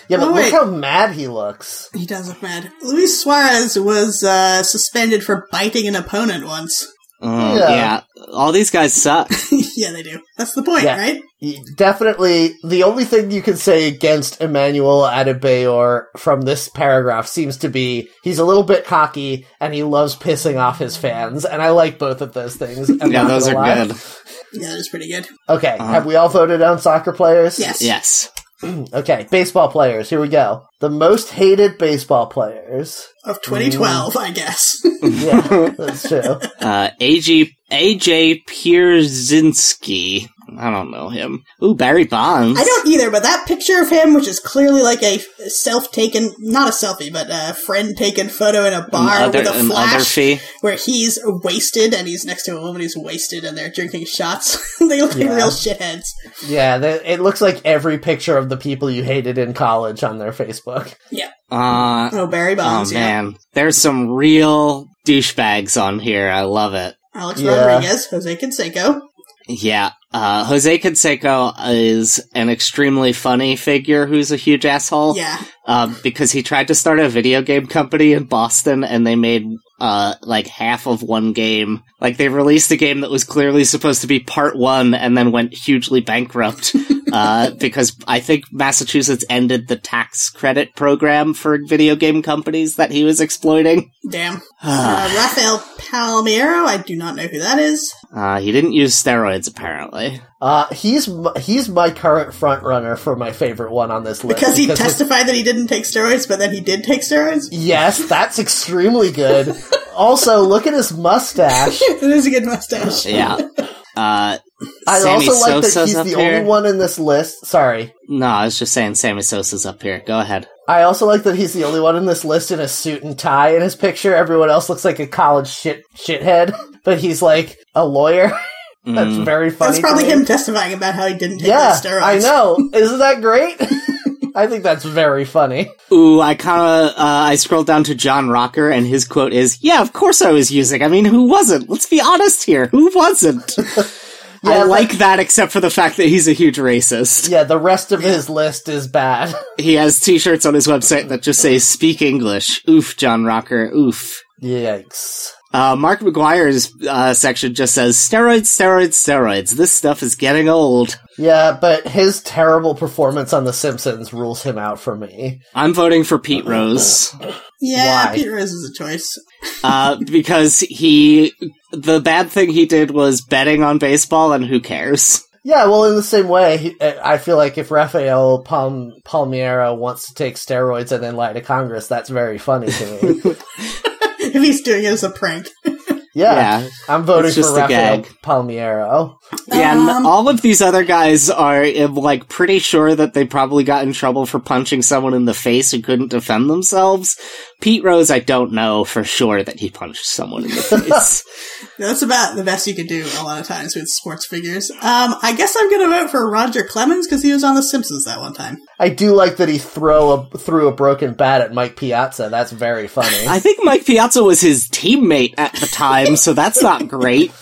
A: Yeah, but
C: Oh,
A: look
C: wait.
A: how mad he looks.
C: He does look mad. Luis Suarez was uh, suspended for biting an opponent once.
B: Oh,
A: Yeah.
B: yeah. all these guys suck.
C: yeah, they do. That's the point,
A: Yeah.
C: right?
A: He- Definitely, the only thing you can say against Emmanuel Adebayor from this paragraph seems to be he's a little bit cocky and he loves pissing off his fans, and I like both of those things. I'm
B: yeah,
A: not
B: those are
A: gonna lie.
B: good.
C: Yeah, that is pretty good.
A: Okay,
B: Uh-huh.
A: have we all voted on soccer players?
C: Yes.
B: Yes.
A: Okay, baseball players. Here we go. The most hated baseball players.
C: Of 2012, I guess.
A: Yeah, that's true.
B: Uh, AJ, AJ Pierzynski. I don't know him. Ooh, Barry Bonds.
C: I don't either, but that picture of him, which is clearly like a self taken, not a selfie, but a friend taken photo in a bar
B: An other,
C: with a
B: an other
C: flash,
B: fee.
C: where he's wasted and he's next to a woman who's wasted and they're drinking shots. they look like
A: Yeah.
C: real shitheads.
A: Yeah, they, it looks like every picture of the people you hated in college on their Facebook.
B: Uh,
C: Oh, Barry
B: oh
C: Bonds, yeah.
B: man, there's some real douchebags on here. I love it.
C: Alex
A: Yeah.
C: Rodriguez, Jose Canseco.
B: Yeah, uh, Jose Canseco is an extremely funny figure who's a huge asshole.
C: Yeah.
B: um, because he tried to start a video game company in Boston and they made uh, like half of one game. Like they released a game that was clearly supposed to be part one and then went hugely bankrupt uh, because I think Massachusetts ended the tax credit program for video game companies that he was exploiting.
C: Damn. Uh, Rafael Palmiero, I do not know who that is.
B: Uh, he didn't use steroids apparently.
A: Uh, he's m- he's my current front runner for my favorite one on this list
C: Because he
A: his-
C: testified that he didn't take steroids, but then he did take steroids.
A: yes, that's extremely good. also, look at his mustache.
C: it is a good mustache.
B: Yeah. Uh,
A: I
B: Sammy
A: also like that
B: Sosa's
A: he's
B: up
A: the
B: here.
A: only one in this list. Sorry.
B: No, I was just saying Sammy Sosa's up here. Go ahead.
A: I also like that he's the only one in this list in a suit and tie in his picture. Everyone else looks like a college shit shithead, but he's like a lawyer. That's
B: Mm.
A: very funny.
C: That's probably
A: to me.
C: him testifying about how he didn't take
A: Yeah,
C: those steroids.
A: I know. Isn't that great? I think that's very funny.
B: Ooh, I kind of uh, I scrolled down to John Rocker, and his quote is, "Yeah, of course I was using. I mean, who wasn't? Let's be honest here. Who wasn't? I
A: Yeah,
B: like that, except for the fact that he's a huge racist.
A: Yeah, the rest of his list is bad.
B: He has T-shirts on his website that just say "Speak English." Oof, John Rocker. Oof.
A: Yikes.
B: Uh, Mark McGuire's uh, section just says steroids, steroids, steroids. This stuff is getting old.
A: Yeah, but his terrible performance on The Simpsons rules him out for me.
B: I'm voting for Pete Rose.
C: Yeah,
A: Why?
C: Pete Rose is a choice.
B: uh, because he, the bad thing he did was betting on baseball, and who cares?
A: Yeah, well, in the same way, he- I feel like if Rafael Palm- Palmiero wants to take steroids and then lie to Congress, that's very funny to me.
C: if he's doing it as a prank.
A: Yeah,
B: Yeah.
A: I'm voting
B: It's just
A: for
B: a
A: Rafael
B: gag.
A: Palmiero.
B: Yeah, and
C: Um,
B: all of these other guys are am, like pretty sure that they probably got in trouble for punching someone in the face who couldn't defend themselves. Pete Rose, I don't know for sure that he punched someone in the face.
C: That's about the best you can do a lot of times with sports figures. Um, I guess I'm going to vote for Roger Clemens because he was on The Simpsons that one time.
A: I do like that he throw a threw a broken bat at Mike Piazza. That's very funny.
B: I think Mike Piazza was his teammate at the time, so that's not great.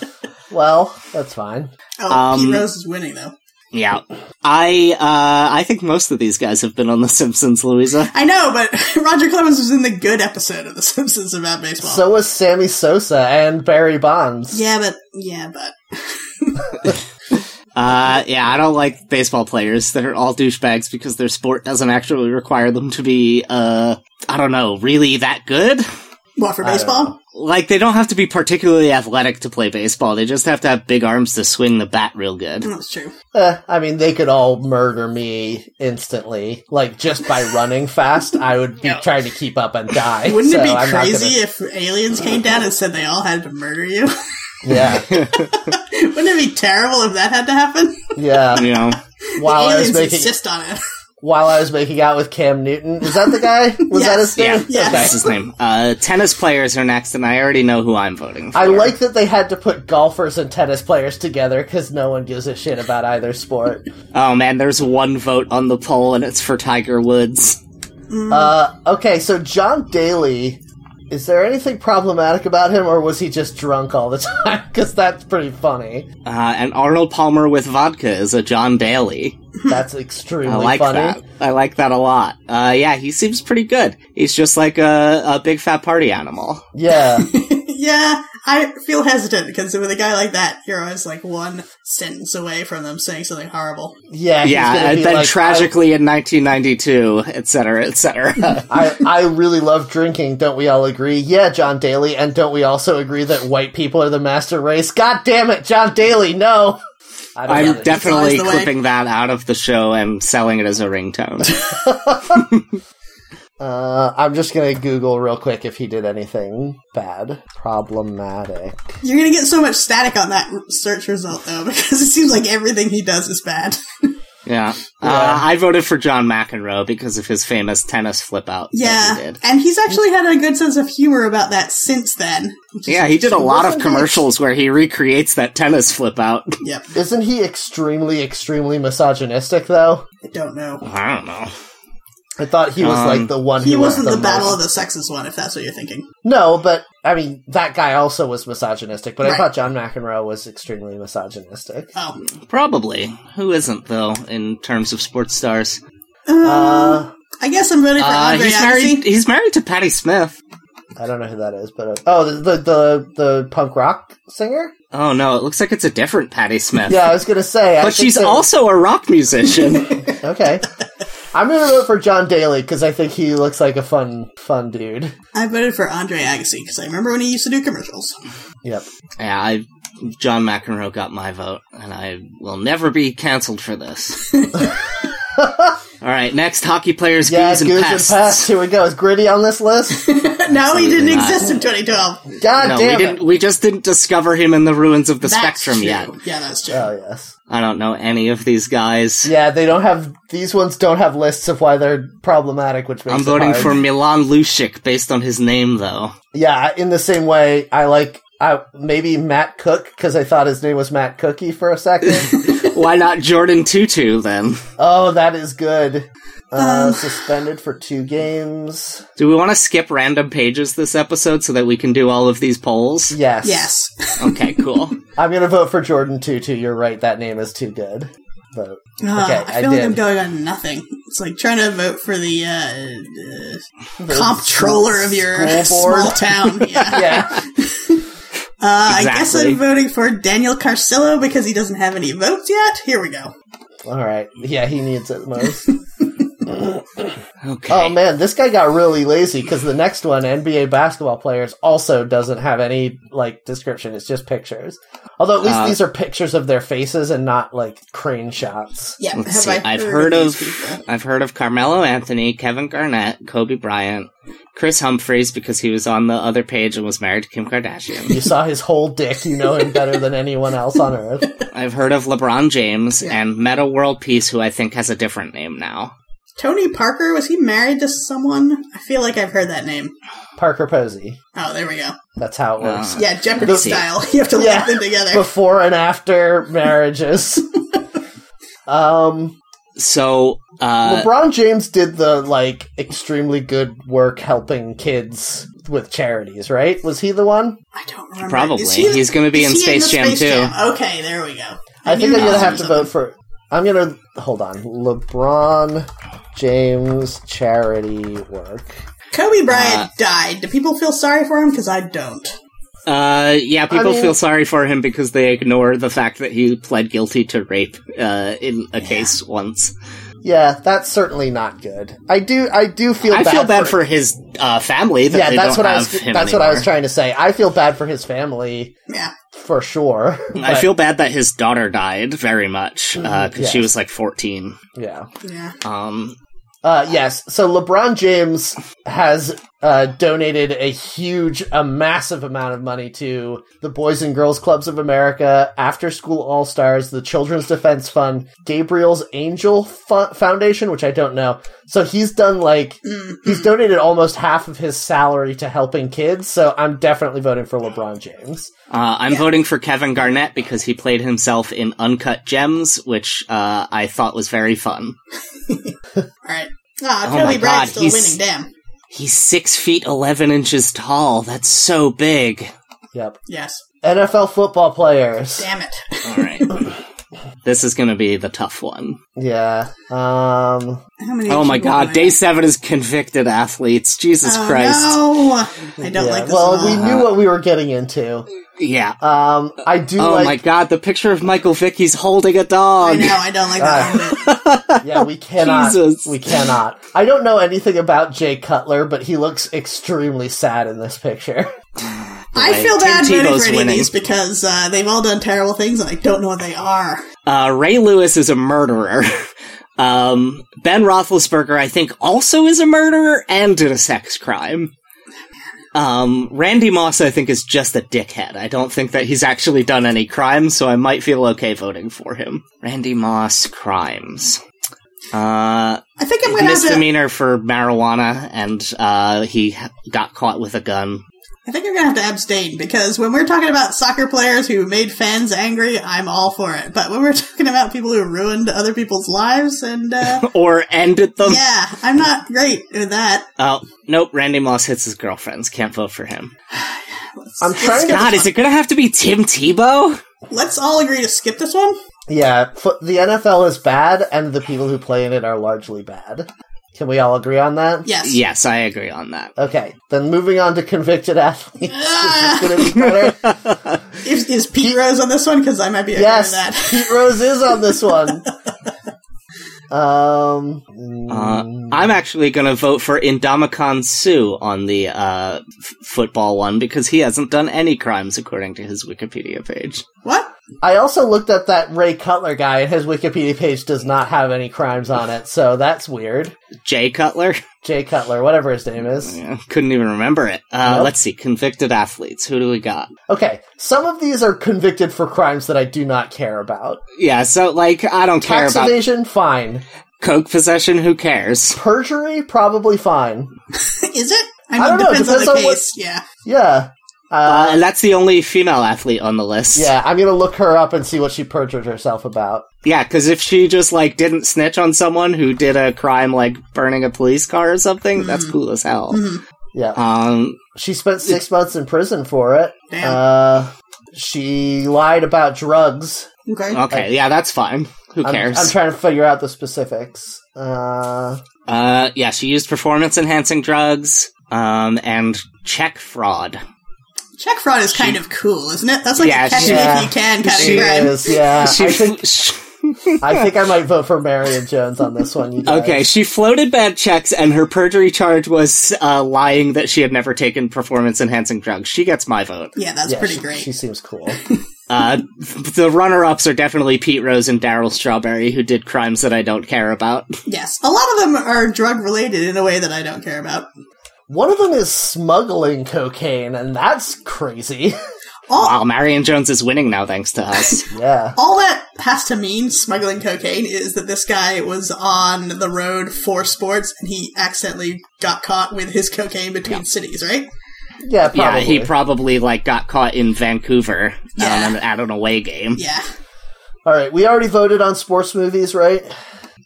A: well, that's fine.
C: Oh,
B: Um,
C: Pete Rose is winning though.
B: Yeah, I uh, I think most of these guys have been on The Simpsons, Louisa.
C: I know, but Roger Clemens was in the good episode of The Simpsons about baseball.
A: So was Sammy Sosa and Barry Bonds.
C: yeah, but yeah, but
B: Uh, yeah, I don't like baseball players that are all douchebags because their sport doesn't actually require them to be uh, I don't know, really that good.
C: what for
A: I don't
C: baseball?
A: know.
B: like they don't have to be particularly athletic to play baseball. They just have to have big arms to swing the bat real good.
C: Mm, That's true.
A: Eh, I mean, they could all murder me instantly, like just by running fast. I would be trying to keep up and die.
C: Wouldn't
A: so
C: it be
A: I'm not
C: crazy if aliens came down and said they all had to murder you?
A: gonna- yeah,
C: Wouldn't it be terrible if that had to happen?
A: yeah.
B: You know,
A: While I was
C: aliens
A: making
C: insist on it.
A: while I was making out with Cam Newton, is that the guy? Was that his
B: Yes.
A: name?
C: Yeah.
A: Okay.
B: that's his name. Uh, tennis players are next, and I already know who I'm voting for.
A: I like that they had to put golfers and tennis players together because no one gives a shit about either sport.
B: Oh man, there's one vote on the poll, and it's for Tiger Woods.
A: uh, okay, so John Daly Is there anything problematic about him, or was he just drunk all the time? Because that's pretty funny.
B: Uh, and Arnold Palmer with vodka is a John Daly.
A: That's extremely
B: I like
A: funny.
B: that. I like that a lot. Uh, yeah, he seems pretty good. He's just like a, a big fat party animal.
A: Yeah,
C: yeah, I feel hesitant because with a guy like that, you're always like one sentence away from them saying something horrible.
A: yeah, he's
B: yeah,
A: gonna
B: and
A: be
B: then
A: like,
B: tragically in 1992, et cetera, et cetera.
A: I, I really love drinking. Don't we all agree? Yeah, John Daly, and don't we also agree that white people are the master race? God damn it, John Daly, no. I don't
B: I'm
A: know.
B: definitely
C: It's always the way.
B: clipping that out of the show and selling it as a ringtone.
A: Uh, I'm just gonna Google real quick if he did anything bad, problematic.
C: You're gonna get so much static on that r- search result though because it seems like everything he does is bad.
B: yeah. Uh,
A: Yeah.
B: I voted for John McEnroe because of his famous tennis flip out. That he
C: yeah,
B: did.
C: and he's actually had a good sense of humor about that since then. which is-
B: Yeah, he did a lot of
A: wasn't he-
B: commercials where he recreates that tennis flip out.
C: Yep,
A: Isn't he extremely, extremely misogynistic though?
C: I don't know.
B: I don't know.
A: I thought he was
B: Um,
A: like the one.
C: He
A: who was
C: wasn't the battle
A: most-
C: of the sexes one, if that's what you're thinking.
A: No, but I mean that guy also was misogynistic. But I
C: Right.
A: thought John McEnroe was extremely misogynistic.
C: Oh,
B: Probably. Who isn't though in terms of sports stars?
C: Uh,
A: Uh,
C: I guess I'm voting for
B: Uh,
C: Andre
B: he's
C: Agassi.
B: married. He's married to Patti Smith.
A: I don't know who that is, but uh, oh, the, the the the punk rock singer.
B: Oh no, it looks like it's a different Patti Smith.
A: Yeah, I was gonna say, I
B: but
A: think
B: she's
A: that-
B: also a rock musician.
A: okay. I'm gonna vote for John Daly because I think he looks like a fun fun dude.
C: I voted for Andre Agassi because I remember when he used to do commercials.
A: Yep.
B: yeah, I, John McEnroe got my vote, and I will never be canceled for this. All right, next hockey players,
A: Yeah,
B: goos and
A: Goose
B: pests.
A: and Pest. Here we go. Is Gritty on this list?
C: no, he didn't
B: Absolutely not.
C: exist in 2012.
A: God
B: No, we
A: damn
B: didn't.
A: it!
B: We just didn't discover him in the ruins of the
C: That's
B: spectrum
C: true.
B: yet.
C: Yeah, that's true.
A: Oh yes.
B: I don't know any of these guys.
A: Yeah, they don't have these ones. Don't have lists of why they're problematic, which makes
B: I'm
A: it
B: voting
A: hard.
B: for Milan Lucic based on his name, though.
A: Yeah, in the same way, I like I maybe Matt Cook because I thought his name was Matt Cookie for a second.
B: Why not Jordan Tutu then?
A: oh, that is good. Uh,
C: Um.
A: suspended for two games.
B: Do we want to skip random pages this episode so that we can do all of these polls?
A: Yes.
C: Yes.
B: Okay, cool.
A: I'm gonna vote for Jordan Tutu. You're right. That name is too good. Vote.
C: Uh,
A: Okay,
C: I
A: I
C: feel like I'm
A: did.
C: going on nothing. It's like trying to vote for the uh, uh, comptroller of your
A: School board.
C: small town. Yeah.
A: Yeah.
C: Uh, I guess
B: Exactly.
C: I'm voting for Daniel Carcillo because he doesn't have any votes yet. Here we go.
A: All right. Yeah, he needs it most.
B: Okay.
A: Oh man, this guy got really lazy because the next one, NBA basketball players, also doesn't have any like description. It's just pictures. Although at least
B: Uh,
A: these are pictures of their faces and not like crane shots.
C: Yeah,
B: Let's see. I've heard of I've heard of Carmelo Anthony, Kevin Garnett, Kobe Bryant, Chris Humphreys because he was on the other page and was married to Kim Kardashian.
A: You saw his whole dick. You know him better than anyone else on earth.
B: I've heard of LeBron James and Meta World Peace, who I think has a different name now.
C: Tony Parker? Was he married to someone? I feel like I've heard that name.
A: Parker Posey.
C: Oh, there we go.
A: That's how it works.
B: Uh,
C: Yeah, Jeopardy
B: see.
C: style. You have to
A: Yeah.
C: link them together.
A: Before and after marriages. um,
B: So uh,
A: LeBron James did the like extremely good work helping kids with charities, right? Was he the one?
C: I don't remember.
B: Probably.
C: Is he-
B: He's gonna be
C: is
B: in
C: he
B: Space
C: the
B: Jam too.
C: Okay, there we go.
A: I think
C: knew
A: I'm gonna
C: that
A: have
C: was
A: to
C: something.
A: vote for. I'm gonna hold on. LeBron James charity work.
C: Kobe
B: Uh,
C: Bryant died. Do people feel sorry for him? Because I don't.
B: Uh, yeah, people
A: mean-
B: feel sorry for him because they ignore the fact that he pled guilty to rape uh, in a case once.
A: Yeah, that's certainly not good. I do. I do feel.
B: I
A: bad
B: feel bad
A: for
B: for, his uh, family. That
A: yeah,
B: they
A: that's
B: don't
A: what I
B: have
A: was. That's
B: him
A: what I was
B: anymore.
A: trying to say. I feel bad for his family
C: Yeah.
A: for sure.
B: I
A: but- Mm-hmm.
B: feel bad that his daughter died very much because she
A: yes.
B: was like 14.
A: Yeah.
C: Yeah.
B: Um,
A: Uh, yes. So LeBron James has uh, donated a huge, a massive amount of money to the Boys and Girls Clubs of America, After School All Stars, the Children's Defense Fund, Gabriel's Angel Fu- Foundation, which I don't know. So he's done like
C: Mm.
A: he's donated almost half of his salary to helping kids. So I'm definitely voting for LeBron James.
B: uh, I'm voting for Kevin Garnett because he played himself in Uncut Gems, which uh, I thought was very fun.
C: All right. Ah,
B: Oh my
C: Kobe Bryant's
B: God,
C: still
B: he's-
C: winning. Damn.
B: He's six feet eleven inches tall. That's so big.
A: Yep.
C: Yes.
A: NFL football players.
C: Damn it.
B: All right. This is going to be the tough one.
A: Yeah. Um.
C: How many
B: Oh my
C: people am
B: god,
C: I-
B: day seven is convicted athletes. Jesus
C: Oh,
B: Christ.
C: No. I don't
A: yeah.
C: like this
A: Well,
C: at all.
A: we knew what we were getting into.
B: Yeah.
A: Um. I do
B: Oh my
A: like.
B: god, the picture of Michael Vick, he's holding a
C: I
B: dog.
C: know, I don't like that
A: Uh,
C: one bit.
A: Yeah. We cannot.
B: Jesus.
A: We cannot. I don't know anything about Jay Cutler, but he looks extremely sad in this picture.
C: I feel
B: Right.
C: bad
B: Tim
C: voting
B: Tebow's
C: for any
B: winning.
C: of these because uh, they've all done terrible things and I don't know what they are.
B: Uh, Ray Lewis is a murderer. um, ben Roethlisberger, I think, also is a murderer and did a sex crime. Um, Randy Moss, I think, is just a dickhead. I don't think that he's actually done any crimes, so I might feel okay voting for him. Randy Moss crimes. Uh,
C: I think I'm gonna have to.
B: misdemeanor for marijuana, and uh, he h- got caught with a gun.
C: I think I'm gonna have to abstain because when we're talking about soccer players who made fans angry, I'm all for it. But when we're talking about people who ruined other people's lives and uh,
B: Or ended
A: Um,
B: them.
C: yeah, I'm not great with that.
B: Oh, nope, Randy Moss hits his girlfriends. Can't vote for him.
C: Let's,
A: I'm trying to-
B: God, is it gonna have to be Tim Tebow?
C: let's all agree to skip this one.
A: Yeah. Fo- the NFL is bad, and the people who play in it are largely bad. Can we all agree on that?
C: Yes.
B: Yes, I agree on that.
A: Okay. Then moving on to convicted athletes. this is going to be better.
C: Is, is Pete Rose on this one? Because I might be okay with
A: Yes,
C: that.
A: Pete Rose is on this one. um,
B: Uh,
A: mm,
B: I'm actually gonna vote for Indomicon Sue on the uh, f- football one because he hasn't done any crimes according to his Wikipedia page.
C: What?
A: I also looked at that Ray Cutler guy, and his Wikipedia page does not have any crimes on it, so that's weird.
B: Jay Cutler?
A: Jay Cutler, whatever his name is.
B: Yeah, couldn't even remember it. Uh,
A: Nope.
B: Let's see, convicted athletes. Who do we got?
A: Okay, some of these are convicted for crimes that I do not care about.
B: Yeah, so like I don't care
A: Tax
B: about
A: evasion, fine.
B: coke possession. Who cares?
A: Perjury, probably fine.
C: Is it? I mean,
A: I don't know,
C: depends,
A: depends
C: on
A: on
C: the
A: what-
C: case. Yeah.
A: Yeah.
B: Uh,
A: Uh,
B: and that's the only female athlete on the list.
A: yeah, I'm gonna look her up and see what she perjured herself about.
B: Yeah, because if she just like didn't snitch on someone who did a crime like burning a police car or something,
A: Mm.
B: that's cool as hell.
C: Mm-hmm.
A: Yeah.
B: Um,
A: She spent six months in prison for it.
C: Damn.
A: Uh, she lied about drugs.
C: Okay.
B: okay, yeah, that's fine. Who
A: I'm,
B: cares?
A: I'm trying to figure out the specifics. Uh,
B: uh, yeah, she used performance enhancing drugs um, and check
A: Uh,
B: fraud.
C: Check fraud is kind of cool, isn't it? That's like
B: Yeah,
C: a catch
B: she-
C: me
A: Yeah.
C: if you can kind
A: she
C: of crime.
A: is, yeah.
B: she
A: I think
B: fl-
A: I think I might vote for Marion Jones on this one. You guys.
B: okay, she floated bad checks, and her perjury charge was uh, lying that she had never taken performance enhancing drugs. She gets my vote.
C: Yeah, that's
A: Yeah,
C: pretty
A: she,
C: great.
A: She seems cool.
B: Uh, the runner ups are definitely Pete Rose and Daryl Strawberry, who did crimes that I don't care about.
C: yes, a lot of them are drug related in a way that I don't care about.
A: One of them is smuggling cocaine, and that's crazy.
C: All
B: Wow, Marion Jones is winning now thanks to us.
A: yeah.
C: all that has to mean smuggling cocaine is that this guy was on the road for sports and he accidentally got caught with his cocaine between cities, right?
A: Yeah, probably.
B: yeah, he probably like got caught in Vancouver
C: Yeah.
B: um, at an away game.
C: Yeah.
A: All right, we already voted on sports movies, right?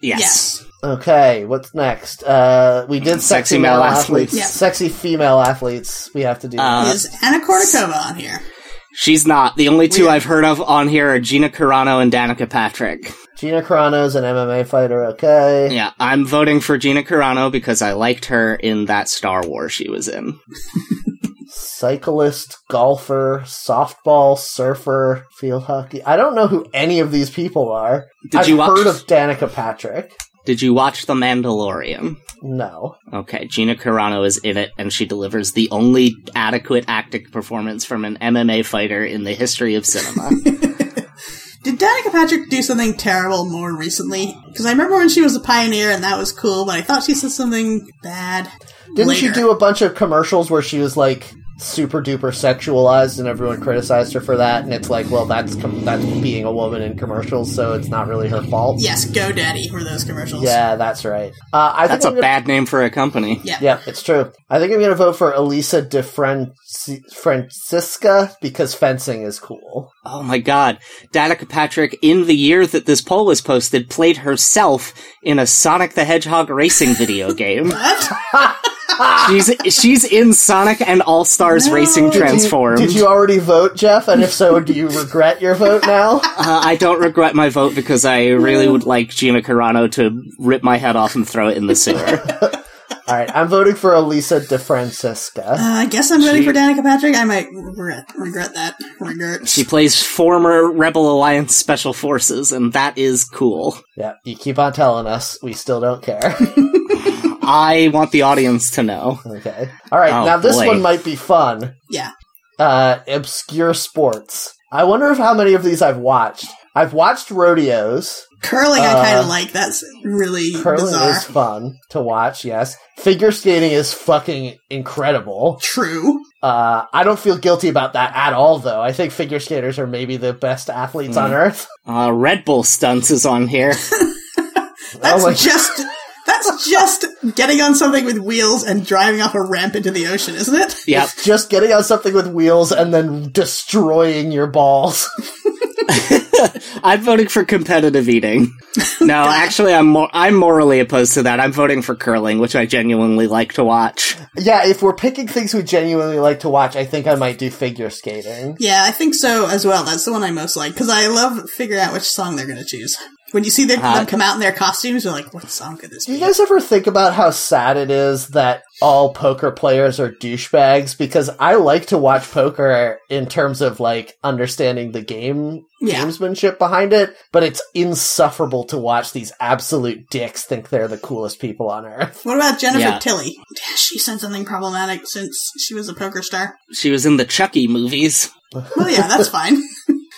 B: Yes.
C: Yes.
A: Okay, what's next? Uh, we did sexy,
B: Sexy male
A: male
B: athletes.
A: athletes.
C: Yeah.
A: Sexy female athletes. We have to do.
B: Uh,
C: is Anna Kournikova on here?
B: She's not. The only two
C: Weird.
B: I've heard of on here are Gina Carano and Danica Patrick.
A: Gina Carano's an MMA fighter, okay.
B: Yeah, I'm voting for Gina Carano because I liked her in that Star Wars she was in.
A: Cyclist, golfer, softball, surfer, field hockey. I don't know who any of these people are.
B: Did
A: I've
B: you watch
A: heard of Danica Patrick.
B: Did you watch The Mandalorian?
A: No.
B: Okay, Gina Carano is in it, and she delivers the only adequate acting performance from an MMA fighter in the history of cinema.
C: Did Danica Patrick do something terrible more recently? Because I remember when she was a pioneer and that was cool, but I thought she said something bad.
A: Didn't she
C: later.
A: do a bunch of commercials where she was like super duper sexualized and everyone criticized her for that and it's like, well, that's com- that's being a woman in commercials, so it's not really her fault.
C: Yes, GoDaddy were those commercials.
A: Yeah, that's right. Uh, I
B: That's
A: think
B: a
A: I'm gonna-
B: bad name for a company.
C: Yeah.
A: Yeah, it's true. I think I'm going to vote for Elisa de Fran- Francisca because fencing is cool.
B: Oh my god. Danica Patrick, in the year that this poll was posted, played herself in a Sonic the Hedgehog racing video game.
C: What?
B: she's she's in Sonic and All Stars
C: No.
B: Racing
C: Did you-
B: Transformed.
A: Did you already vote, Jeff? And if so, do you regret your vote now?
B: Uh, I don't regret my vote because I really would like Gina Carano to rip my head off and throw it in the sewer.
A: All right, I'm voting for Elisa DeFrancesca.
C: Uh, I guess I'm voting
B: She-
C: for Danica Patrick. I might regret, regret that. Regret.
B: she plays former Rebel Alliance Special Forces, and that is cool.
A: Yeah, you keep on telling us. We still don't care.
B: I want the audience to know.
A: Okay. All right,
B: Oh,
A: now this
B: boy.
A: one might be fun.
C: Yeah.
A: Uh, obscure sports. I wonder if how many of these I've watched. I've watched rodeos.
C: Curling, I kind
A: Uh,
C: of like. That's really
A: Curling
C: bizarre.
A: is fun to watch, yes. Figure skating is fucking incredible.
C: True.
A: Uh, I don't feel guilty about that at all, though. I think figure skaters are maybe the best athletes on earth.
B: Uh, Red Bull stunts is on here.
C: That's
A: Oh my-
C: just. That's just getting on something with wheels and driving off a ramp into the ocean, isn't it?
B: Yep.
A: Just getting on something with wheels and then destroying your balls.
B: I'm voting for competitive eating. No, actually, I'm more, I'm morally opposed to that. I'm voting for curling, which I genuinely like to watch.
A: yeah, if we're picking things we genuinely like to watch, I think I might do figure skating.
C: Yeah, I think so as well. That's the one I most like because I love figuring out which song they're going to choose. When you see their,
B: Uh,
C: them come out in their costumes, you're like, "What song could this
A: Do you
C: be?"
A: guys ever think about how sad it is that all poker players are douchebags? Because I like to watch poker in terms of like understanding the game
C: Yeah.
A: gamesmanship behind it, but it's insufferable to watch these absolute dicks think they're the coolest people on earth.
C: What about Jennifer
B: Yeah.
C: Tilly? She said something problematic since she was a poker star.
B: She was in the Chucky movies.
C: Well, yeah, that's fine.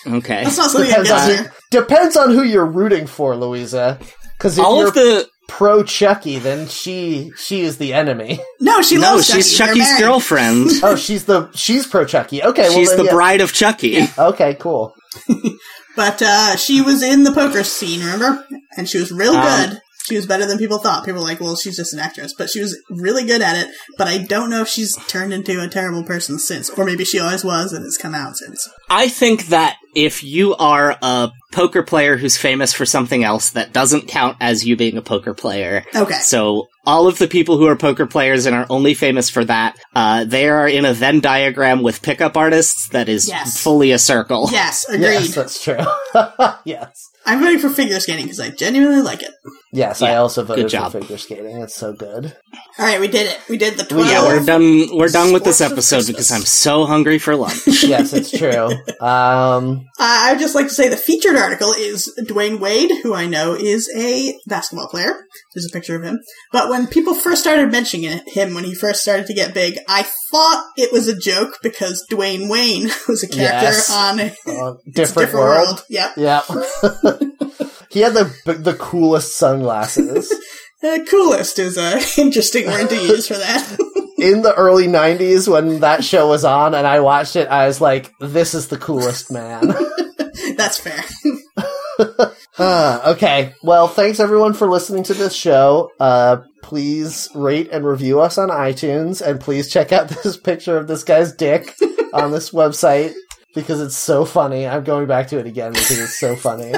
B: Okay.
C: That's not something
A: Depends
C: against
A: on, who,
C: her.
A: depends on who you're rooting for, Louisa. Because if
B: All
A: you're
B: of the
A: pro Chucky, then she she is the enemy.
C: No, she
B: no,
C: loves
B: she's
C: Chucky. They're
B: Chucky's
C: married.
B: girlfriend.
A: Oh, she's the she's pro Chucky. Okay, well
B: She's
A: then,
B: the
A: yeah.
B: bride of Chucky.
A: Okay, cool.
C: But uh, she was in the poker scene, remember? And she was real
B: Um,
C: good. She was better than people thought. People were like, well, she's just an actress. But she was really good at it. But I don't know if she's turned into a terrible person since. Or maybe she always was and it's come out since.
B: I think that if you are a poker player who's famous for something else, that doesn't count as you being a poker player.
C: Okay.
B: So all of the people who are poker players and are only famous for that, uh, they are in a Venn diagram with pickup artists that is
C: Yes.
B: fully a circle.
C: Yes, agreed.
A: Yes, uh, that's true. yes.
C: I'm voting for figure skating because I genuinely like it.
A: Yes, I
B: Yeah,
A: also voted
B: good job.
A: for figure skating. It's so good.
C: All right, we did it. We did the 12.
A: We-
B: Yeah, we're done. We're done with this
C: Sports of
B: episode because
C: Christmas.
B: I'm so hungry for lunch.
A: Yes, it's true. um,
C: Uh, I'd just like to say the featured article is Dwayne Wade, who I know is a basketball player. There's a picture of him. But when people first started mentioning it, him when he first started to get big, I thought it was a joke because Dwayne Wayne was a character
A: Yes.
C: on a
A: well, different,
C: different
A: world.
C: world. Yep.
A: Yeah. he had the the coolest sunglasses
C: Uh, coolest is a interesting word to use for that.
A: in the early '90s when that show was on, and I watched it. I was like, "This is the coolest man."
C: That's fair.
A: Ah, okay. Well, thanks everyone for listening to this show. Uh, please rate and review us on iTunes, and please check out this picture of this guy's dick on this website because it's so funny. I'm going back to it again because it's so funny.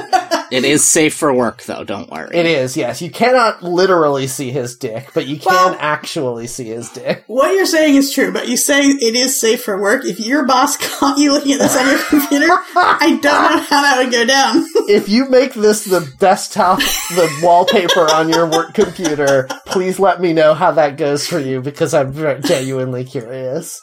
B: it is safe for work, though. Don't worry.
A: It is, yes. You cannot literally see his dick, but you can
C: Well-
A: actually see his dick.
C: What you're saying is true, but you say it is safe for work. If your boss caught you looking at this on your computer, I don't know how that would go down.
A: If you make this the desktop, the wallpaper on your work computer, please let me know how that goes for you because I'm ver- genuinely curious.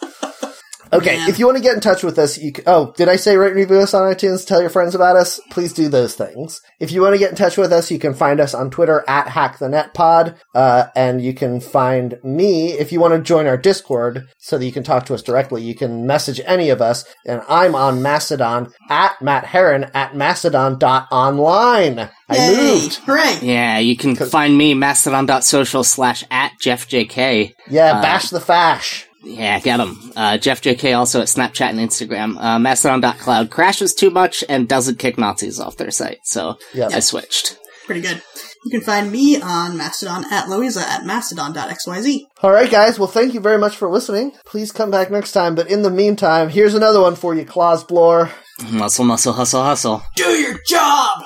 A: Okay,
C: Man.
A: if you want to get in touch with us, you c oh, did I say rate and review us on iTunes? Tell your friends about us. Please do those things. If you want to get in touch with us, you can find us on Twitter at HackTheNetPod, uh, and you can find me if you want to join our Discord so that you can talk to us directly. You can message any of us, and I'm on Mastodon at Matt Heron at Mastodon.online. I
C: Yay!
A: moved.
C: Hooray!
B: Yeah, you can find me mastodon.social slash at jeffjk.
A: Yeah, bash the fash.
B: Yeah, get him. Uh, Jeff JK also at Snapchat and Instagram. Uh, Mastodon.cloud crashes too much and doesn't kick Nazis off their site, so
A: Yep.
B: I switched.
C: pretty good. You can find me on Mastodon at Loisa at mastodon.xyz.
A: All right, guys. Well, thank you very much for listening. Please come back next time. But in the meantime, here's another one for you, Claus Blore.
B: Muscle, muscle, hustle, hustle.
C: Do your job!